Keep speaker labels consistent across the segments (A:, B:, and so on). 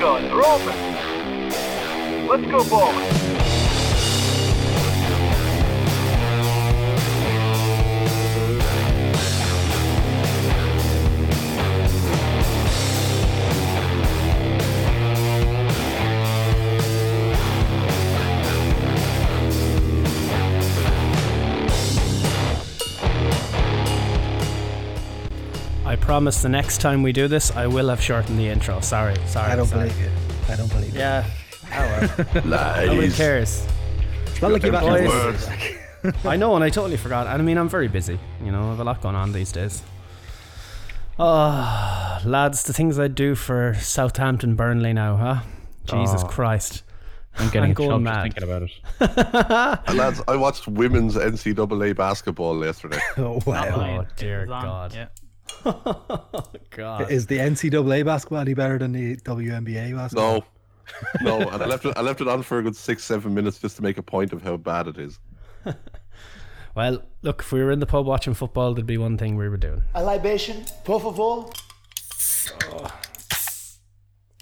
A: guns are open. Let's go bowling.
B: I promise the next time we do this, I will have shortened the intro. Sorry, sorry.
C: I don't
B: sorry.
C: believe you. I don't believe you.
B: Yeah. Oh well.
D: Lies.
B: Nobody cares.
C: It's not like you've
D: Empty
C: actually-
D: words.
B: I know, and I totally forgot. And I mean, I'm very busy. You know, I have a lot going on these days. Ah, lads, the things I do for Southampton, Burnley now, huh? Jesus
E: Oh.
B: Christ.
E: I'm getting
B: I'm
E: a
B: going
E: choked
B: mad.
E: just thinking about it.
D: And lads, I watched women's NCAA basketball yesterday.
C: Oh wow!
B: Oh, dear
F: It was on,
B: God.
F: Yeah.
B: God.
C: Is the NCAA basketball any better than the WNBA basketball?
D: No, no, and I left it. I left it on for a good six, seven minutes just to make a point of how bad it is.
B: Well, look, if we were in the pub watching football, there'd be one thing we were doing.
G: A libation, por favor.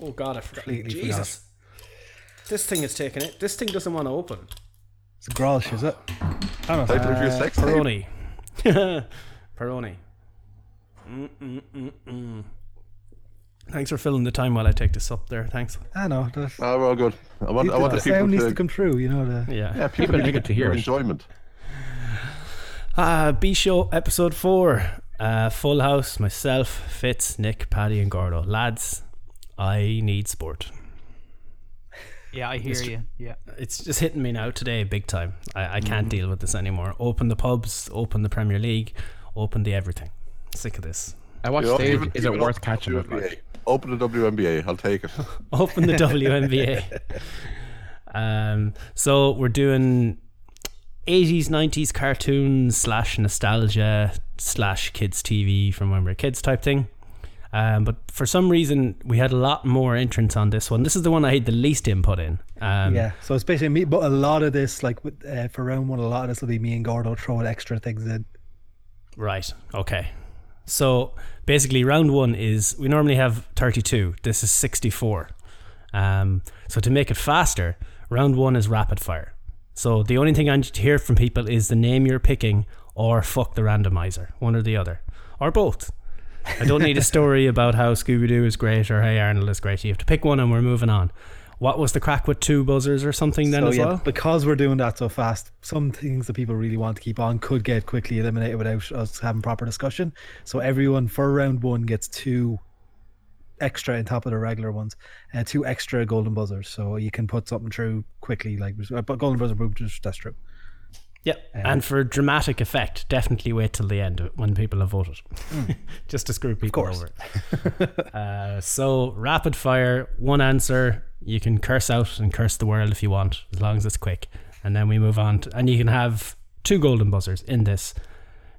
B: Oh God, I forgot.
C: Completely
B: Jesus. This thing is taking it. This thing doesn't want to open.
C: It's Grolsch, is it? I don't know.
D: Type it into your sex tape.
B: Peroni. Peroni. Mm-mm-mm-mm. Thanks for filling the time while I take this up there. Thanks.
C: I know. that's-
D: Ah, we're all good. I want, I want
C: the
D: the people
C: sound needs
D: to,
C: to come through. You know the.
B: Yeah.
D: yeah, people,
E: need
D: get
E: to hear it.
D: enjoyment.
B: Ah, B Show episode four. Uh, full house, myself, Fitz, Nick, Paddy, and Gordo. Lads, I need sport.
F: Yeah, I hear you. Yeah.
B: It's just hitting me now today, big time. I, I can't deal with this anymore. Open the pubs, open the Premier League, open the everything. Sick of this.
E: I watched
D: You know,
E: stage.
D: even-
E: is
D: even
E: it worth
D: open
E: catching it?
D: WNBA.
E: Like?
D: Open the WNBA. I'll take it.
B: open the WNBA. um, so we're doing 80s, 90s cartoons slash nostalgia slash kids TV from when we were kids type thing. Um, but for some reason, we had a lot more entrants on this one. This is the one I had the least input in. Um,
C: Yeah, so it's basically me, but a lot of this, like with, uh, for round one, a lot of this will be me and Gordo throwing extra things in.
B: Right. Okay. So basically, round one is we normally have 32. This is 64. Um, so to make it faster, round one is rapid fire. So the only thing I need to hear from people is the name you're picking or fuck the randomizer, one or the other, or both. I don't need a story about how Scooby Doo is great or Hey Arnold is great. You have to pick one and we're moving on. What was the crack with two buzzers or something then
C: so
B: as
C: yeah,
B: well?
C: because we're doing that so fast, some things that people really want to keep on could get quickly eliminated without us having proper discussion. So everyone for round one gets two extra on top of the regular ones, and two extra golden buzzers. So you can put something through quickly, like but golden buzzer boom, just that's true.
B: Yep.
C: Uh-huh.
B: and for dramatic effect, definitely wait till the end when people have voted, just to screw people
C: Mm. course.
B: over. uh, so rapid fire, one answer. You can curse out and curse the world if you want, as long as it's quick. And then we move on, to, and you can have two golden buzzers in this.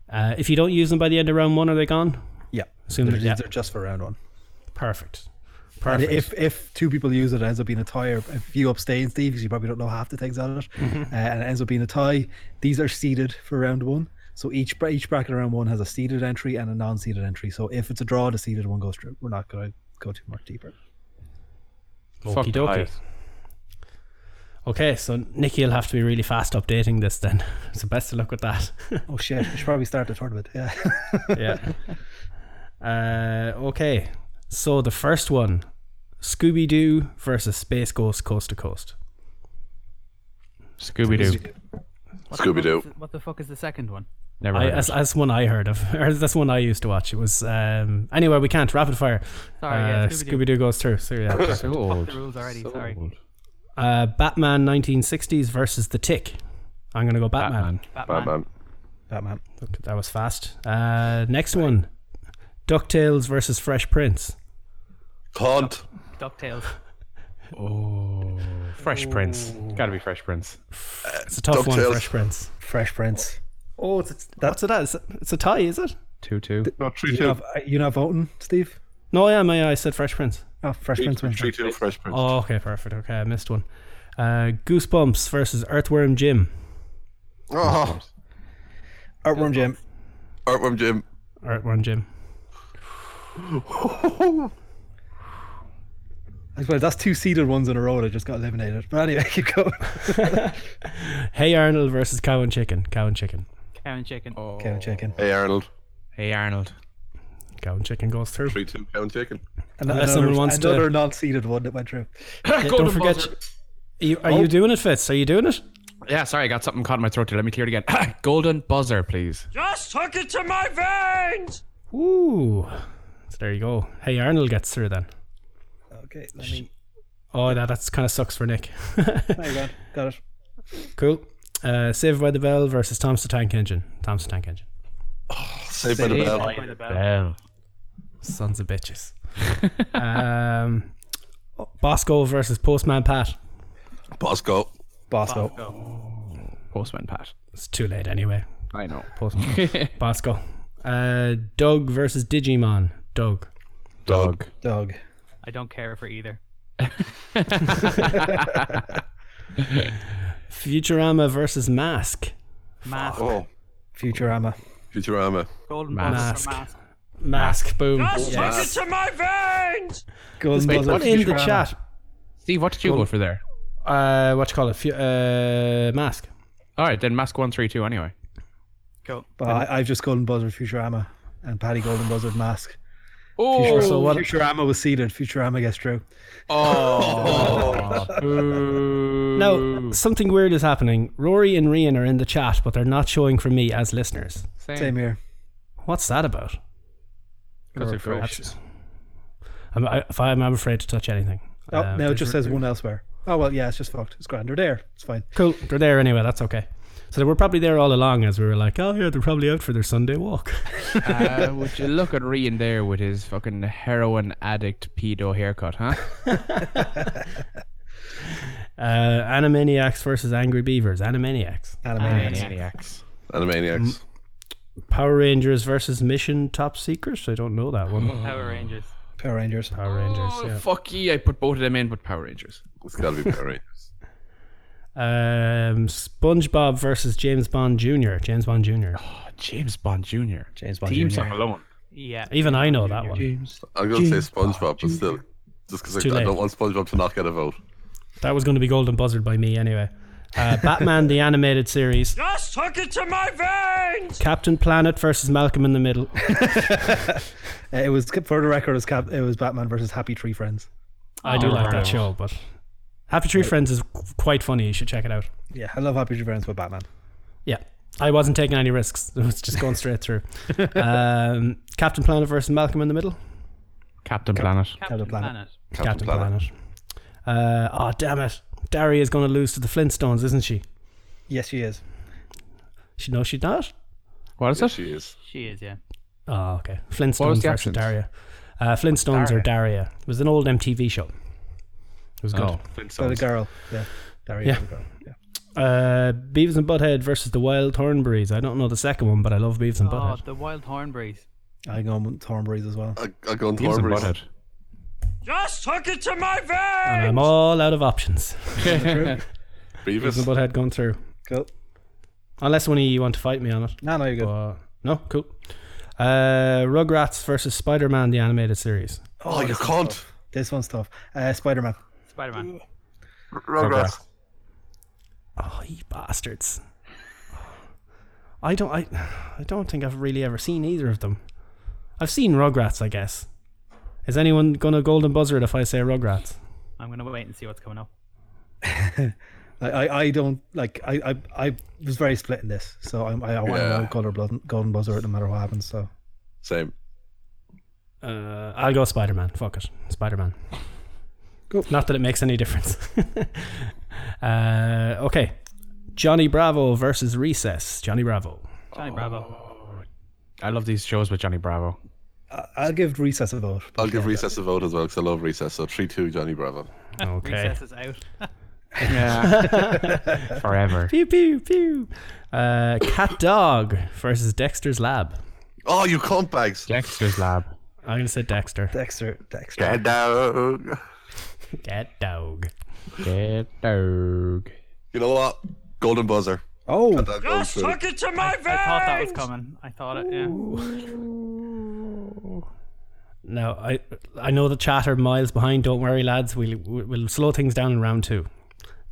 B: Uh, if you don't use them by the end of round one, are they gone?
C: Yeah,
B: Assume
C: they're,
B: that- yeah.
C: they're just for round one.
B: Perfect.
C: And
B: Perfect.
C: if if two people use it, it ends up being a tie. Or if you abstain, Steve, because you probably don't know half the things on it,
B: Mm-hmm.
C: uh, and it ends up being a tie. These are seeded for round one, so each bra- each bracket around one has a seeded entry and a non-seeded entry. So if it's a draw, the seeded one goes through. We're not going to go too much deeper.
E: Fuck
B: Okey-dokey.
E: ties.
B: okay, so Nikki will have to be really fast updating this then. so best of luck with that.
C: Oh shit! We should probably start the tournament. Yeah,
B: yeah. Uh, okay. So the first one, Scooby Doo versus Space Ghost Coast to Coast.
E: Scooby Doo.
F: What
D: Scooby
F: the fuck
D: Doo.
F: is the- What the fuck is the second one?
E: Never.
B: I,
E: heard of
B: that's, that's one I heard of. Or that's one I used to watch. It was um, anyway. We can't rapid fire.
F: Sorry, yeah,
B: uh,
F: Scooby-Doo.
B: Scooby Doo goes through. So yeah.
E: it. So old.
F: the rules already,
E: So
F: sorry.
E: old.
B: uh, Batman 1960s versus The Tick. I'm gonna go Batman.
E: Batman.
D: Bad
F: Batman.
D: man.
C: Batman.
B: Look, That was fast. Uh, next one, Ducktales versus Fresh Prince.
D: Cunt.
F: DuckTales.
E: Oh, Fresh Prince. Gotta be Fresh Prince.
B: It's a tough one.
D: DuckTales.
B: Fresh Prince.
C: Fresh Prince.
B: Oh, it's, that's it. It's, it's a tie, is it?
E: Two two.
D: Not three
C: You
D: two.
C: not, you not voting, Steve?
B: No, yeah, my I said Fresh Prince.
C: Oh, Fresh
D: Three-
C: Prince wins.
D: Three two. Fresh Prince.
B: Oh, okay, perfect. Okay, I missed one. Uh, Goosebumps versus Earthworm Jim.
D: Oh,
C: Artworm Jim.
D: Earthworm Jim.
B: Earthworm Jim.
C: Well, that's two seeded ones in a row that just got eliminated. But anyway, keep going.
B: Hey Arnold versus Cow and Chicken. Cow and Chicken.
F: Cow and chicken.
B: Oh.
C: Cow chicken.
D: Hey Arnold,
E: Hey, Arnold.
B: Cow and Chicken goes through.
D: three two pound chicken.
C: And
B: Unless someone wants to-
C: another non-seeded one that went through.
B: Yeah, don't forget. Are you, are you doing it, Fitz? Are you doing it?
E: Yeah, sorry, I got something caught in my throat. Let me clear it again. Golden buzzer, please.
B: Ooh. So there you go. Hey Arnold gets through then.
C: Okay, let me.
B: Oh, that that's kind of sucks for Nick.
C: There you go. Got it.
B: cool. Uh, Saved by the Bell versus Tom's the Tank Engine. Tom's the Tank Engine.
D: Saved by the
C: Saved
D: bell.
F: By the bell.
E: Bell.
B: Sons of bitches. um, Bosco versus Postman Pat.
D: Bosco.
C: Bosco.
E: Postman Pat.
B: It's too late anyway.
E: I know.
B: Postman. Bosco. Uh, Doug versus Digimon. Doug.
E: Dog.
C: Dog.
F: I don't care for either.
B: Futurama versus Mask.
F: Mask.
D: Oh,
C: Futurama.
D: Futurama.
F: Golden buzzer
B: Mask.
F: for mask.
B: Mask. Boom.
D: Yes.
C: Golden
E: Wait,
C: buzzer.
E: what
B: In the
C: Futurama.
B: chat.
E: Steve, what did you go for there?
B: Uh, what you call it? Fu- uh, mask.
E: All right, then mask one three two anyway.
F: Go.
C: But I, I've just Golden Buzzard Futurama and Paddy Golden Buzzard Mask.
E: Oh,
B: So what?
C: Futurama was seeded. Futurama gets through.
B: Now, something weird is happening. Rory and Rian are in the chat, but they're not showing for me as listeners.
C: Same here.
B: What's that about?
E: Because they're fresh.
B: That's- I'm, I, if I'm, I'm afraid to touch anything.
C: Oh,
B: Uh,
C: no, it
B: there's
C: just
B: r-
C: says one elsewhere. Oh, well, yeah, it's just fucked. It's grand. They're there. It's fine.
B: Cool, Oh, they're there anyway. That's okay. So they were probably there all along as we were like, oh, yeah, they're probably out for their Sunday walk.
E: Uh, would you look at Rian there with his fucking heroin addict pedo haircut, huh?
B: Uh, Animaniacs versus Angry Beavers. Animaniacs.
C: Animaniacs.
B: Mm.
D: Animaniacs.
B: Power Rangers versus Mission Top Secret. I don't know that one.
F: Oh. Power Rangers.
C: Power Rangers.
B: Power Rangers,
E: Oh,
B: yeah.
E: fuck ye, I put both of them in, but Power Rangers.
D: It's got to be Power Rangers.
B: Um, SpongeBob versus James Bond Jr. James Bond Jr.
E: Oh, James Bond Jr.
C: James Bond
E: Theme
C: Jr..
E: song alone.
F: Yeah.
B: Even I know that one.
D: I'm going to say SpongeBob, but still, just because
B: Too
D: I, I
B: late.
D: don't want SpongeBob to not get a vote.
B: That was going to be Golden Buzzard by me anyway. Uh, Batman the animated series.
A: Just hook it to my veins!
B: Captain Planet versus Malcolm in the Middle.
C: Uh, it was for the record. It was, Cap- it was Batman versus Happy Tree Friends.
B: I do
E: Oh,
B: like
E: right.
B: that show, but Happy Tree Friends is qu- quite funny. You should check it out.
C: Yeah, I love Happy Tree Friends with Batman.
B: Yeah. I wasn't taking any risks. It was just going straight through. Um, Captain Planet versus Malcolm in the Middle.
E: Captain Planet.
F: Captain
C: Captain Planet.
F: Planet.
B: Captain, Planet. Uh, oh, damn it. Dari is going to lose to the Flintstones, isn't she?
C: Yes, she is.
B: She No, she's not.
E: What is
D: Yes,
E: it?
D: she is.
F: She is, yeah.
B: Oh, okay.
E: was
B: Flintstones
E: the
B: versus
E: accent?
B: Daria. Uh, Flintstones or Daria. It was an old MTV show. It was good.
E: Oh,
C: So the girl. Yeah. Daria
B: Yeah.
C: is the girl. Yeah.
B: Uh, Beavis and Butthead versus the Wild Thornberries. I don't know the second one, but I love Beavis and
F: Oh,
B: Butthead.
F: the wild hornberries.
C: I'm going with Thornberry's as well.
D: I, I'll go on
E: James and
D: Thornberry's.
E: Butthead.
A: Just hook it to my veins!
B: And I'm all out of options. Beavis and
D: Beavis.
B: Butthead going through.
C: Cool.
B: Unless one of you want to fight me on it.
C: No, no, you're good.
B: But no, cool. Uh, Rugrats versus Spider Man, the animated series.
D: Oh, you cunt.
C: This one's tough. Uh, Spider Man.
F: Spider Man.
D: Rugrats.
B: Oh, you bastards. I don't I, I don't think I've really ever seen either of them. I've seen Rugrats, I guess. Is anyone gonna golden buzzard if I say Rugrats?
F: I'm going to wait and see what's coming up.
C: I, I, I don't like. I, I, I was very split in this, so I'm, I, I want
D: Yeah.
C: to know Golden, Blood, Golden Buzzer no matter what happens. So
D: Same.
B: Uh, I'll go Spider Man. Fuck it, Spider Man.
C: Cool.
B: Not that it makes any difference. uh, okay, Johnny Bravo versus Recess. Johnny Bravo.
F: Johnny Bravo.
E: I love these shows with Johnny Bravo.
C: I, I'll give Recess a vote.
D: I'll give Recess a vote as well because I love Recess. So 3 2, Johnny Bravo.
B: Okay.
F: Recess is out.
E: Yeah. Forever.
B: Pew pew pew. Uh, Cat Dog versus Dexter's Lab.
D: Oh, you cunt bags.
E: Dexter's Lab.
B: I'm gonna say Dexter.
C: Dexter. Dexter.
D: Get down.
B: Cat Dog.
E: Get dog.
D: You know what? Golden Buzzer.
C: Oh,
D: That goes
A: Just
D: through.
A: hook it to my
F: I thought that was
A: veins!
F: coming. I thought it, yeah.
B: Now I I know the chat are miles behind. Don't worry, lads. We'll we'll slow things down in round two.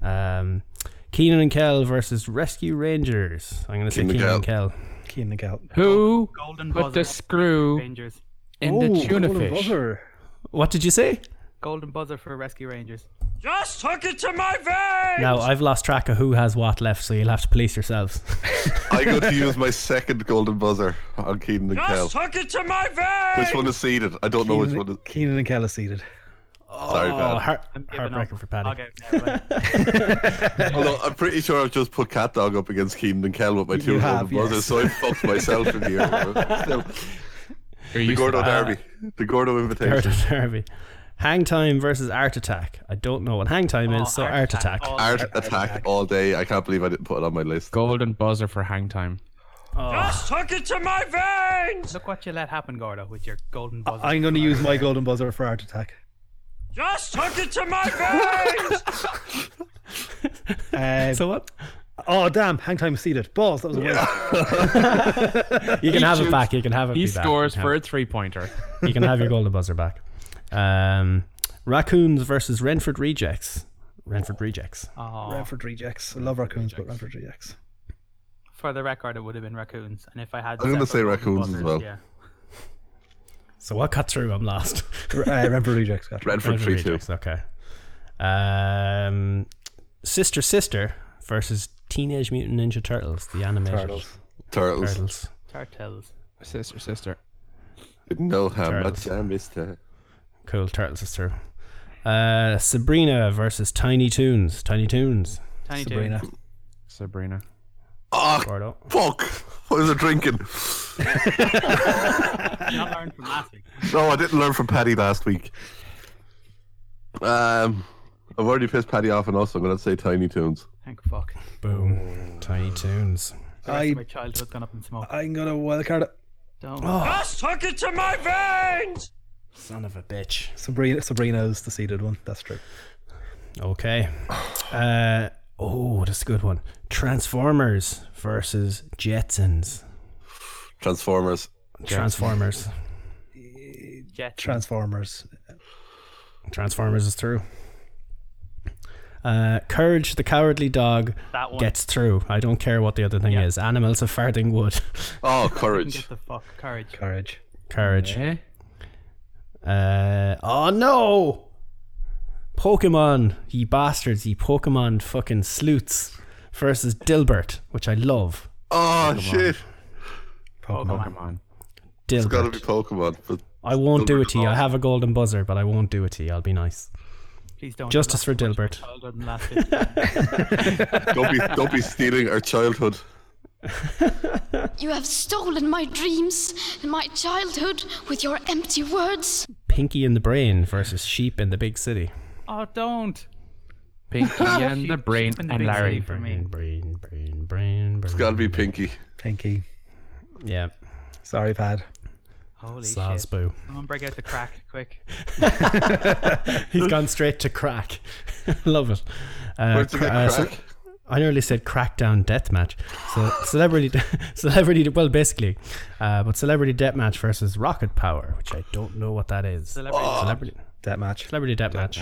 B: Um, Keenan and Kel versus Rescue Rangers. I'm going to say
D: Keenan
B: Keenan
D: and
B: and Kel.
C: Keenan Gal.
E: Who
F: Golden
E: put
F: buzzer.
E: the screw
F: Rangers.
E: in the tuna fish?
B: What did you say?
F: Golden buzzer for Rescue Rangers.
B: Now I've lost track of who has what left, so you'll have to police yourselves.
D: I got to use my second golden buzzer on Keenan and Kel. Which one is seeded? I don't know which one is.
C: Keenan and Kel is seated.
D: Sorry,
B: oh,
D: Pat.
B: heart,
F: I'm giving up.
B: heartbreaking for Paddy.
F: I'll get there, right?
D: Although I'm pretty sure I've just put Cat Dog up against Keenan and Kel with my two golden
C: have,
D: buzzers,
C: yes.
D: so I fucked myself in here. but still.
E: You're
D: the
E: used to
D: Gordo
E: that.
D: Derby. The Gordo
B: Art
D: Invitation.
B: Derby. Hang time versus Art Attack. I don't know what Hang Time
F: Oh,
B: is, so Art Attack.
F: Oh,
D: Art attack all day. I can't believe I didn't put it on my list.
E: Golden buzzer for hang time.
F: Look what you let happen, Gordo, with your golden buzzer.
C: I'm going to use my golden buzzer for Art Attack. Just hook it to my veins!
B: So what?
C: oh, damn. Hang time is seated. Balls. That was a win.
B: You can
E: He
B: have it
E: shoots.
B: back. You can have it.
E: He
B: be back.
E: scores
B: You can
E: for
B: have
E: a three pointer.
B: it. You can have your golden buzzer back. Um, Raccoons versus Renford Rejects. Renford Rejects.
F: Aw.
C: Renford Rejects. I love Raccoons, but Renford Rejects.
F: For the record, it would have been raccoons. And if I had,
D: I'm gonna
F: separate
D: say
F: golden
D: raccoons as
F: buzzers,
D: well.
F: Yeah.
B: So what cut through? I'm lost.
C: R- uh, Renford Rejects. Gotcha.
D: Redford
B: Renford
D: 3 2.
B: Rejects. Okay. Um, Sister Sister versus Teenage Mutant Ninja Turtles, the animated
C: Turtles.
D: Turtles.
B: Turtles.
F: Turtles.
E: Sister, sister.
D: Didn't know how
B: Turtles.
D: much I missed her.
B: Cool. Turtles is through. Uh, Sabrina versus Tiny Toons. Tiny Toons.
F: Tiny
C: Sabrina.
F: Toons.
E: Sabrina.
D: Oh,
B: Gordo.
D: fuck! What was I drinking?
F: Not learned from last week.
D: No, I didn't learn from Paddy last week. Um, I've already pissed Paddy off, and also I'm going to say Tiny Toons.
F: Thank fuck.
B: Boom. Tiny Toons.
F: The rest
C: I-
F: of my childhood's gone up in smoke.
C: I'm going to wildcard it.
F: Don't.
E: Oh,
B: Son of a bitch.
C: Sabrina, Sabrina is the seated one. That's true.
B: Okay. Uh, oh, that's a good one. Transformers versus Jetsons.
D: Transformers.
B: Transformers.
F: Jet.
C: Transformers.
B: Transformers is through. Uh, Courage the Cowardly Dog
F: That one.
B: gets through. I don't care what the other thing
F: Yeah.
B: is. Animals of farting wood.
D: Oh,
F: Get
D: Courage.
F: the fuck courage.
C: Courage.
B: Courage.
E: Eh?
B: Uh, oh no! Pokemon, ye bastards, ye Pokemon fucking sleuths versus Dilbert, which I love.
D: Oh, shit.
B: Oh,
F: Pokemon.
E: Oh, Come on.
D: It's got to
B: Dilbert.
D: be Pokemon. But
B: I won't do
D: Dilbert
B: it to you. I
D: Cross.
B: have a golden buzzer, but I won't do it to you. I'll be nice.
F: Please don't.
B: Justice for
F: I've lost so much
B: Dilbert.
F: Childhood in the last week.
D: don't be, don't be stealing our childhood.
H: You have stolen my dreams and my childhood with your empty words.
B: Pinky in the Brain versus Sheep in the Big City.
F: oh, don't.
E: Pinky and the brain
F: and the
E: and
F: big
E: Larry.
F: city. For me.
B: Brain, brain, brain, brain.
D: It's got to be Pinky.
C: Pinky.
B: Yeah,
C: Sorry, Pad.
F: Holy shit.
B: Sazboo.
F: Someone break out the crack, quick.
B: He's gone straight to crack. Love it. Uh,
D: Where's the
B: cra-
D: big
B: uh, so-
D: crack?
B: I nearly said crackdown deathmatch. So celebrity, celebrity. Well, basically, uh, but celebrity deathmatch versus rocket power, which I don't know what that is.
F: Celebrity.
D: Ah.
B: Celebrity,
C: That match.
B: celebrity deathmatch.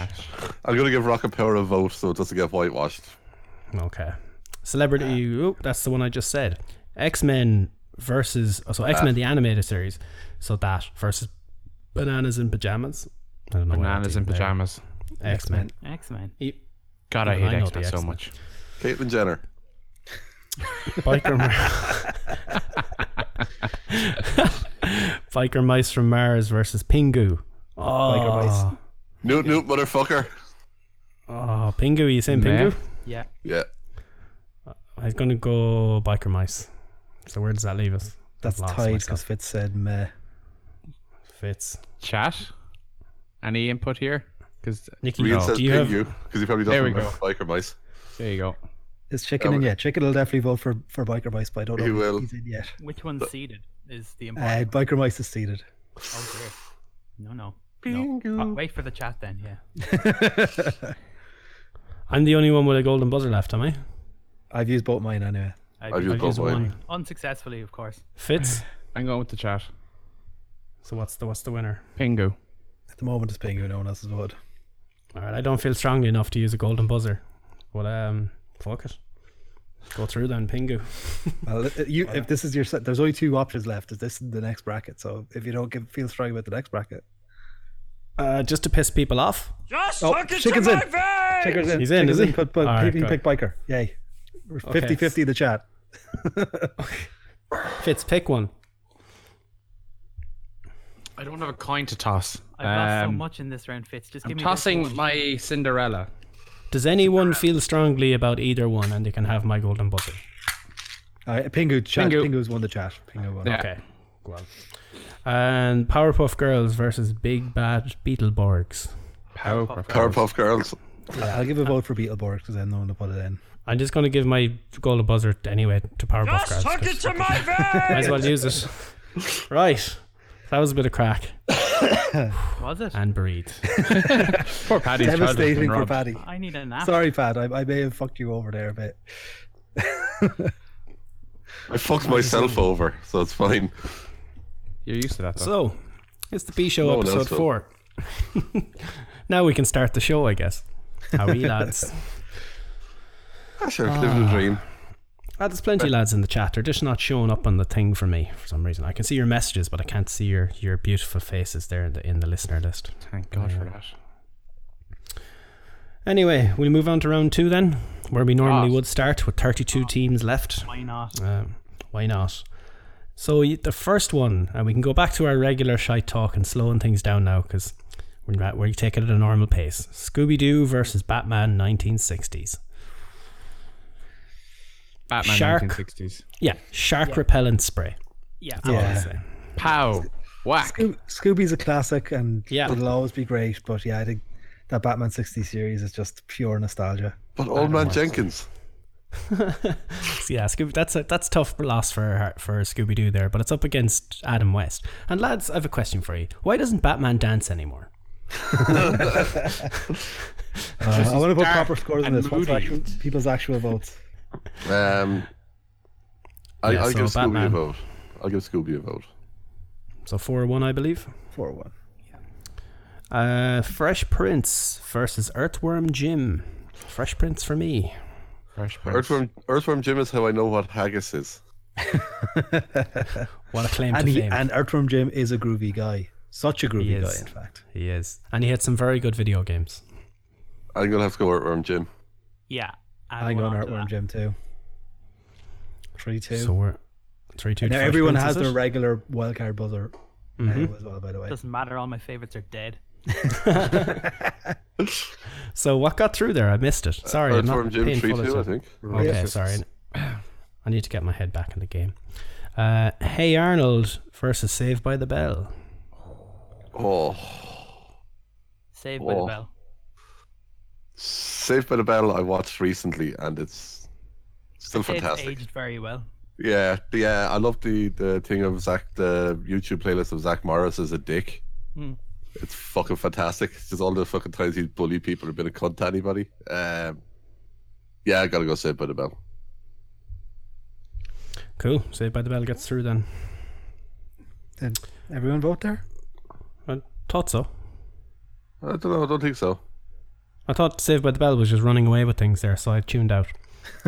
D: I'm going to give Rocket Power a vote so it doesn't get whitewashed.
B: Okay. Celebrity.
E: Uh,
B: Oh, that's the one I just said. X Men versus.
E: Ah.
B: oh, So X Men the animated series. So that versus bananas in pajamas. I don't know.
E: Bananas in pajamas.
B: X Men.
F: X Men.
E: God, I
B: Even I
E: hate
B: know
E: X Men
B: the
E: so
B: X-Men.
E: much.
D: Caitlyn Jenner.
B: Biker. Mar- Biker mice from Mars versus Pingu. Oh, Biker
C: mice.
D: Newt, Newt, motherfucker.
B: Oh, Pingu. Are you saying
E: Meh.
B: Pingu?
F: Yeah.
D: Yeah.
B: I was gonna go Biker mice. So where does that leave us?
C: That's
B: Lost
C: tied
B: myself.
C: because Fitz said meh.
B: Fits.
E: Chat. Any input here? Because
B: Nikki,
D: Reed
B: do
D: says
B: you have
D: Pingu because he probably doesn't
E: There we
D: remember biker mice.
E: there you go.
C: Is chicken in yet? Chicken will definitely vote for, for Biker Mice, but I don't know
D: He
C: if
D: will.
C: he's in yet.
F: Which one's seeded is the
C: Uh,
F: important
C: Biker Mice is seated.
F: Oh, great. No, no. no. Uh, wait for the chat then, yeah.
B: I'm the only one with a golden buzzer left, am I?
C: I've used both mine anyway.
F: I
D: I've
F: did-
D: used both
B: used
D: mine.
B: one.
F: Unsuccessfully, of course.
B: Fits.
E: I'm going with the chat.
B: So what's the what's the winner?
E: Pingu.
C: At the moment, it's Pingu. No one else is wood.
B: All right, I don't feel strongly enough to use a golden buzzer, but um, fuck it. Go through then, Pingu.
C: Well, i- i- you,
B: uh,
C: if this is your set, there's only two options left. Is this and the next bracket? So if you don't give, feel strong about the next bracket,
B: Uh, just to piss people off.
A: Just
C: Oh,
A: fuck it
C: chicken's
A: to
C: in.
A: my face!
C: Chicken's in.
B: He's in,
C: Chicken's
B: is he?
C: Put, put,
B: All right,
C: pick-
B: good.
C: pick biker. Yay. We're 50 50 in the chat.
B: Fitz, pick one.
E: I don't have a coin to toss.
F: I've lost so
E: Um,
F: much in this round, Fitz. Just give
E: I'm
F: me
E: tossing
F: This one.
E: my Cinderella.
B: Does anyone feel strongly about either one, and they can have my golden buzzer?
C: All right, Pingu. Chat.
E: Pingu.
C: Pingu's won the chat. Pingu won.
E: Yeah.
B: Okay. Well. And Powerpuff Girls versus Big Bad Beetleborgs.
E: Powerpuff.
D: Powerpuff Girls.
C: I'll give a vote for Beetleborgs because I know one to put it in.
B: I'm just going to give my golden buzzer anyway to Powerpuff
A: Just
B: Girls.
A: suck
B: 'cause
A: it to my
B: Might
A: face!
B: as well use it. right. That was a bit of crack.
F: Was it?
B: And breathe.
E: Poor Paddy's childhood's been
C: Devastating for
E: robbed.
C: Paddy.
F: I need a nap.
C: Sorry, Pat. I, I may have fucked you over there a bit.
D: I fucked myself over, so it's fine.
E: You're used to that though.
B: So, it's the B Show
D: No,
B: episode
D: that's all.
B: four. now we can start the show, I guess. How are you, lads?
D: Ah, sure, living a dream.
B: Ah, there's plenty of lads in the chat. They're just not showing up on the thing for me for some reason. I can see your messages, but I can't see your, your beautiful faces there in the, in the listener list.
E: Thank God for that.
B: Anyway, we'll move on to round two then, where we normally
E: Ah.
B: would start with 32 teams left.
F: Why not?
B: Uh, why not? So y- the first one, and we can go back to our regular shite talk and slowing things down now because we're, not- we're taking it at a normal pace. Scooby Doo versus Batman 1960s.
E: Batman
B: Shark.
E: 1960s.
B: Yeah, shark repellent spray.
F: Yeah.
B: That's all I
C: Yeah.
B: say.
E: Pow. Whack.
C: Scoo- Scooby's a classic and
B: Yeah.
C: it'll always be great. But yeah, I think that Batman 60 series is just pure nostalgia.
D: But old man Jenkins.
B: So yeah, Scooby, that's a that's a tough loss for for Scooby Doo there, but it's up against Adam West. And lads, I have a question for you. Why doesn't Batman dance anymore?
C: Uh, I want to put
E: dark
C: proper scores on
E: and
C: this. What's
E: moody.
C: actual, people's actual votes.
D: Um, I,
B: Yeah,
D: I'll
B: so
D: give Scooby a
B: Batman.
D: vote. I'll give Scooby a vote.
B: So four oh one, I believe.
C: 4 1.
B: Uh, Fresh Prince versus Earthworm Jim. Fresh Prince for me.
E: Fresh Prince.
D: Earthworm, Earthworm Jim is how I know what haggis is.
B: What a claim
C: And,
B: to
C: he,
B: fame.
C: and Earthworm Jim is a groovy guy. Such a groovy
B: is.
C: guy, in fact.
B: He is. And he had some very good video games.
D: I'm gonna have to go Earthworm Jim.
F: Yeah.
C: I'm
F: will
C: going
F: after
C: Earthworm
F: that.
C: Jim too. 3 2.
B: So we're 3 2.
C: now everyone has their regular wildcard buzzer uh, as well, by the way.
F: Doesn't matter. All my favorites are dead.
B: So what got through there? I missed it.
C: Uh,
B: Sorry. I'm
D: Earthworm
B: not
D: Jim
B: paying
D: 3
B: full
D: 2, I
B: attention.
D: think.
B: Okay, sorry. I need to get my head back in the game. Uh, hey Arnold versus Saved by the Bell.
D: Oh,
F: Saved by the
D: Oh.
F: bell.
D: Saved by the Bell, I watched recently and it's still
F: It's
D: fantastic.
F: aged very well.
D: Yeah, yeah, I love the, the thing of Zach, the YouTube playlist of Zach Morris as a dick.
F: Hmm.
D: It's fucking fantastic. It's just all the fucking times he'd bully people or been a cunt to anybody. Um, yeah, I gotta go Saved by the Bell.
B: Cool. Saved by the Bell gets through then.
C: Did everyone vote there?
B: I thought so.
D: I don't know, I don't think so.
B: I thought Saved by the Bell was just running away with things there, so I tuned out.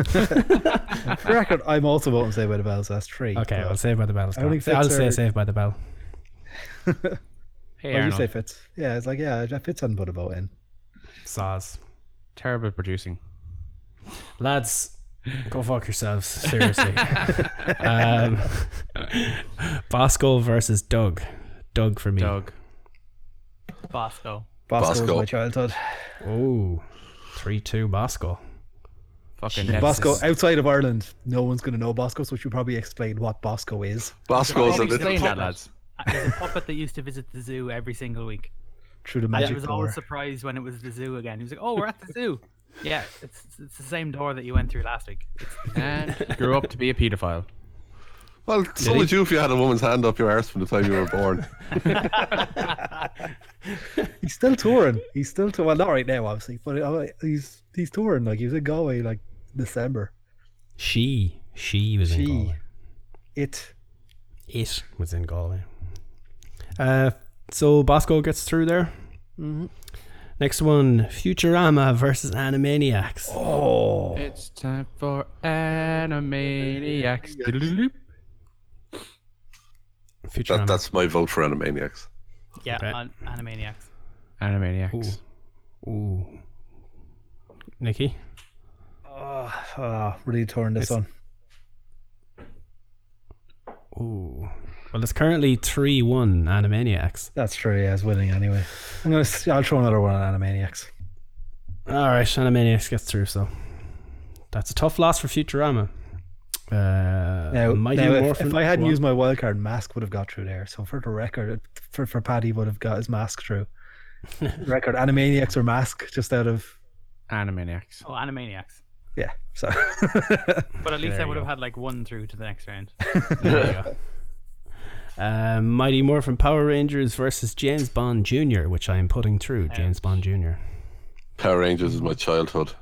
C: For record, I'm also voting Saved by the Bell, so that's 3.
B: Okay,
C: So-
B: well, Saved by the Bell.
C: I don't think
B: I'll
C: Fitz
B: say
C: are-
B: Saved by the Bell.
E: Hey,
C: What did you say,
E: Arnold.
C: Fitz? Yeah, it's like, yeah, Fitz hadn't put a vote in.
B: Saws.
E: Terrible producing.
B: lads go fuck yourselves seriously um, Bosco versus Doug Doug for me
E: Doug.
F: Bosco.
C: Bosco, was
D: Bosco.
C: my childhood.
B: oh 3-2 Bosco
E: Fucking
C: Bosco,
E: Nemesis.
C: outside of Ireland, no one's going to know Bosco, so we should probably explain what Bosco is.
D: Bosco's a
E: Can
D: little.
E: you Explain that, lads.
F: Uh, There's a puppet that used to visit the zoo every single week.
C: Through the
F: And he
C: magic
F: was
C: door.
F: always surprised when it was the zoo again. He was like, "Oh, we're at the zoo." yeah, it's it's the same door that you went through last week.
E: And grew up to be a paedophile.
D: Well, so would you if you had a woman's hand up your arse from the time you were born.
C: He's still touring. He's still touring. Well, not right now, obviously, but uh, he's he's touring. Like he was in Galway, like December.
B: she she was in
C: She.
B: Galway
C: It.
B: it was in Galway Uh, so Bosco gets through there. Next one Futurama versus Animaniacs.
E: It's time for Animaniacs.
B: Futurama.
D: That, that's my vote for Animaniacs.
F: Yeah,
B: Okay.
F: on Animaniacs.
E: Animaniacs.
B: Ooh. Nikki?
C: Ah, really torn this one.
B: Ooh. Well, it's currently 3 1 Animaniacs.
C: That's true. Yeah, it's winning anyway. I'm gonna. s- I'll throw another one on Animaniacs.
B: All right, Animaniacs gets through, so that's a tough loss for Futurama. Uh,
C: Now,
B: Mighty
C: now if,
B: Morphin.
C: if I hadn't
B: Go on.
C: used my wild card, Mask would have got through there. So for the record, for for Paddy would have got his Mask through. record Animaniacs or Mask, just out of
E: Animaniacs.
F: Oh, Animaniacs.
C: yeah. So
F: But at least
B: There
F: I would
B: you
F: have had like one through to the next round.
B: There you go. Um, Mighty Morphin Power Rangers versus James Bond Jr., which I am putting through. James Bond Jr.
D: Power Rangers is my childhood.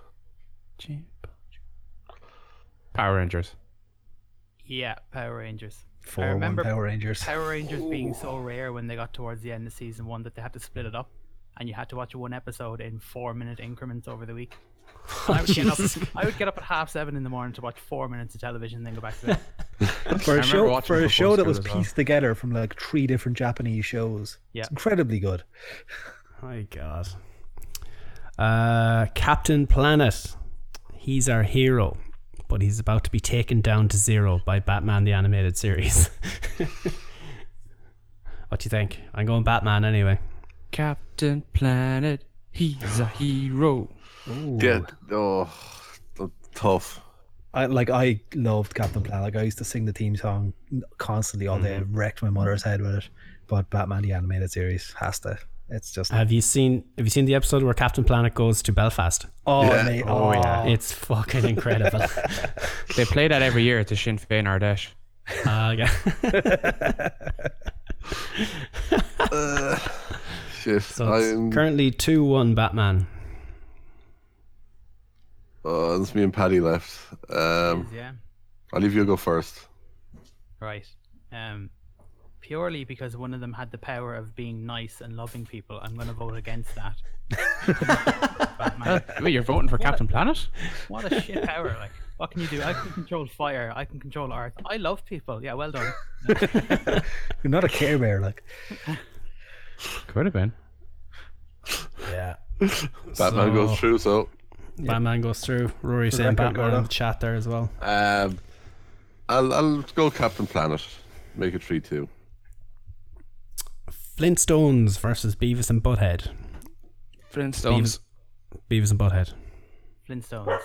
E: Power Rangers.
F: Yeah, Power Rangers.
C: four
F: remember-
C: one Power Rangers.
F: Power Rangers being so rare when they got towards the end of season one that they had to split it up, and you had to watch one episode in four minute increments over the week. And I would get up. I would get up at half seven in the morning to watch four minutes of television, then go back to bed.
C: for a show
E: watching
C: for a
E: before
C: show that
E: school
C: was
E: as well.
C: pieced together from like three different Japanese shows.
F: Yeah.
C: It's incredibly good.
B: My God. Uh, Captain Planet. He's our hero, but he's about to be taken down to zero by Batman the Animated Series. what do you think? I'm going Batman anyway.
E: Captain Planet. He's a hero.
D: Yeah. Oh, th- tough.
C: I like I loved Captain Planet. Like I used to sing the theme song constantly all day.
E: Mm-hmm.
C: Wrecked my mother's head with it. But Batman the animated series has to. It's just
E: Uh,
B: Have you seen Have you seen the episode where Captain Planet goes to Belfast?
C: oh,
D: Yeah.
C: mate,
E: Oh,
C: oh.
E: yeah.
B: It's fucking incredible.
E: They play that every year at the Sinn Féin Ardèche.
B: uh, yeah.
D: Shit.
B: So it's
D: I'm,
B: currently two one Batman.
D: oh, it's me and Paddy left. Um,
F: yeah.
D: I'll leave you go first.
F: Right. Um, purely because one of them had the power of being nice and loving people, I'm going to vote against that. Batman.
E: Wait, you're voting for Captain Planet?
F: What a shit power! Like, what can you do? I can control fire. I can control earth. I love people. Yeah, well done.
C: You're not a care bear, like
E: Could have been.
B: Yeah.
D: Batman
B: So-
D: goes through, so.
B: Batman goes through. Rory saying
C: record,
B: Batman in
C: Gordo.
B: the chat there as well.
D: Um, I'll, I'll go Captain Planet. Make it 3 2.
B: Flintstones versus Beavis and Butthead.
E: Flintstones.
B: Beavis and Butthead.
F: Flintstones.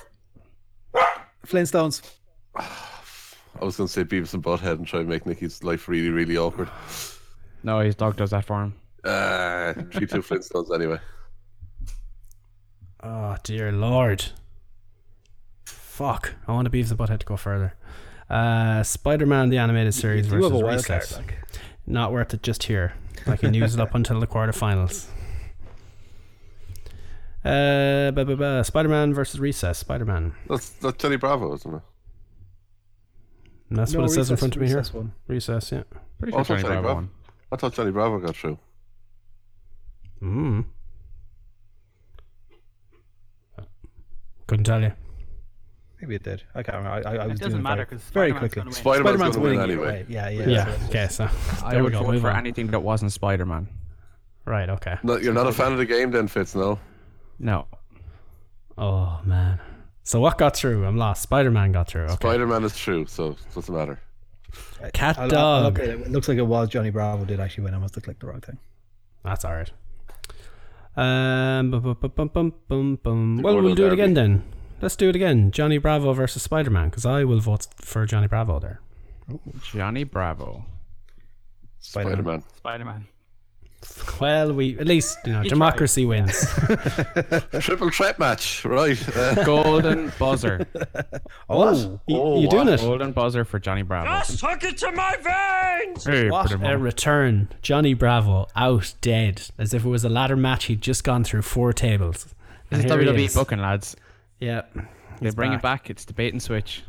C: Flintstones.
D: I was going to say Beavis and Butthead and try and make Nikki's life really, really awkward.
E: No, his dog does that for him.
D: Uh, 3 2 Flintstones anyway.
C: Ah.
B: Oh dear lord. Fuck. I want the Beavis and Butthead to go further. Uh, Spider-Man the animated series
C: You have a
B: versus
C: wild card,
B: Recess.
C: like.
B: Not worth it just here. I can use it up until the quarterfinals. Uh, ba- ba- ba. Spider-Man versus Recess. Spider-Man.
D: That's, that's Johnny Bravo, isn't it?
B: And that's
C: No,
B: what it says in
C: Recess-
B: front of me
C: Recess
B: here.
C: one.
B: Recess, yeah.
E: Pretty
D: Oh,
E: sure Johnny
D: sorry,
E: Bravo
D: Bob.
E: won.
D: I thought Johnny Bravo got through.
B: Mm. Couldn't tell you.
C: Maybe it did. I can't remember. I, I, I was
F: It doesn't
C: doing
F: matter
C: very-
F: because
C: very
F: Spider-Man's
C: quickly.
F: Gonna win.
D: Spider Man's going
C: Spider-Man's
D: to win
C: winning
D: anyway.
C: anyway. Yeah, yeah.
B: Yeah.
C: so-
B: Okay, so
E: I
B: there we
E: would
B: go.
E: vote
B: Move
E: for
B: on.
E: anything that wasn't Spider Man.
B: Right. Okay.
D: No, you're not a fan of the game then, Fitz, no?
E: No.
B: Oh man. So what got through? I'm lost. Spider Man got through. Okay.
D: Spider Man is true, so it doesn't matter.
B: Cat
C: I'll- I'll- I'll
B: dog.
C: update it. it looks like it was Johnny Bravo did actually win. I must have clicked the wrong thing.
B: That's all right. Um. Bum, bum, bum, bum, bum, bum, bum. Well,
D: Gordo's
B: we'll do it
D: Derby.
B: again then. Let's do it again. Johnny Bravo versus Spider Man, because I will vote for Johnny Bravo there.
E: Johnny Bravo.
D: Spider Man.
F: Spider-Man.
B: Well, we at least you know democracy wins.
D: Triple threat match, right. Uh,
E: Golden buzzer.
C: Oh,
B: You- you doing it?
E: Golden buzzer for Johnny Bravo. Just hook it to my veins! Hey,
B: What
E: put him
B: a
E: on.
B: return. Johnny Bravo out dead, as if it was a ladder match. He'd just gone through four tables.
E: This is
B: And here he
E: WWE
B: is.
E: E booking, lads.
B: Yeah.
E: They bring it back. It's the bait and switch.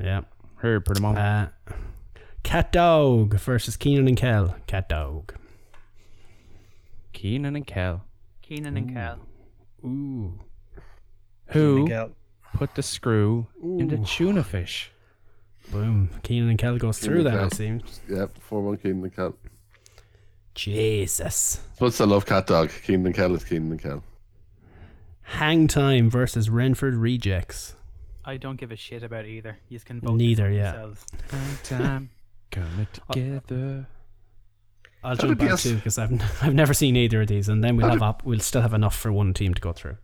B: Yeah.
E: Hey, put him on.
B: Uh, Cat Dog versus Keenan and Kel. Cat Dog.
E: Keenan and Kel,
F: Keenan and Kel.
B: Ooh.
E: who
C: Miguel.
E: put the screw in the
B: Ooh.
E: tuna fish.
B: Boom. Keenan and Kel goes through
D: Keenan and
B: that, it
D: Kel.
B: seems.
D: Yep, four one Keenan and Kel.
B: Jesus.
D: Supposed to love cat dog. Keenan and Kel is Keenan and Kel.
B: Hang Time versus Renford Rejects.
F: I don't give a shit about either. You can vote
B: Neither, yeah.
F: yourselves.
E: Time coming together.
B: I'll
D: How
B: jump
D: did
B: back
D: PS
B: too because I've, n- I've never seen either of these, and then we'll have op- we'll still have enough for one team to go through.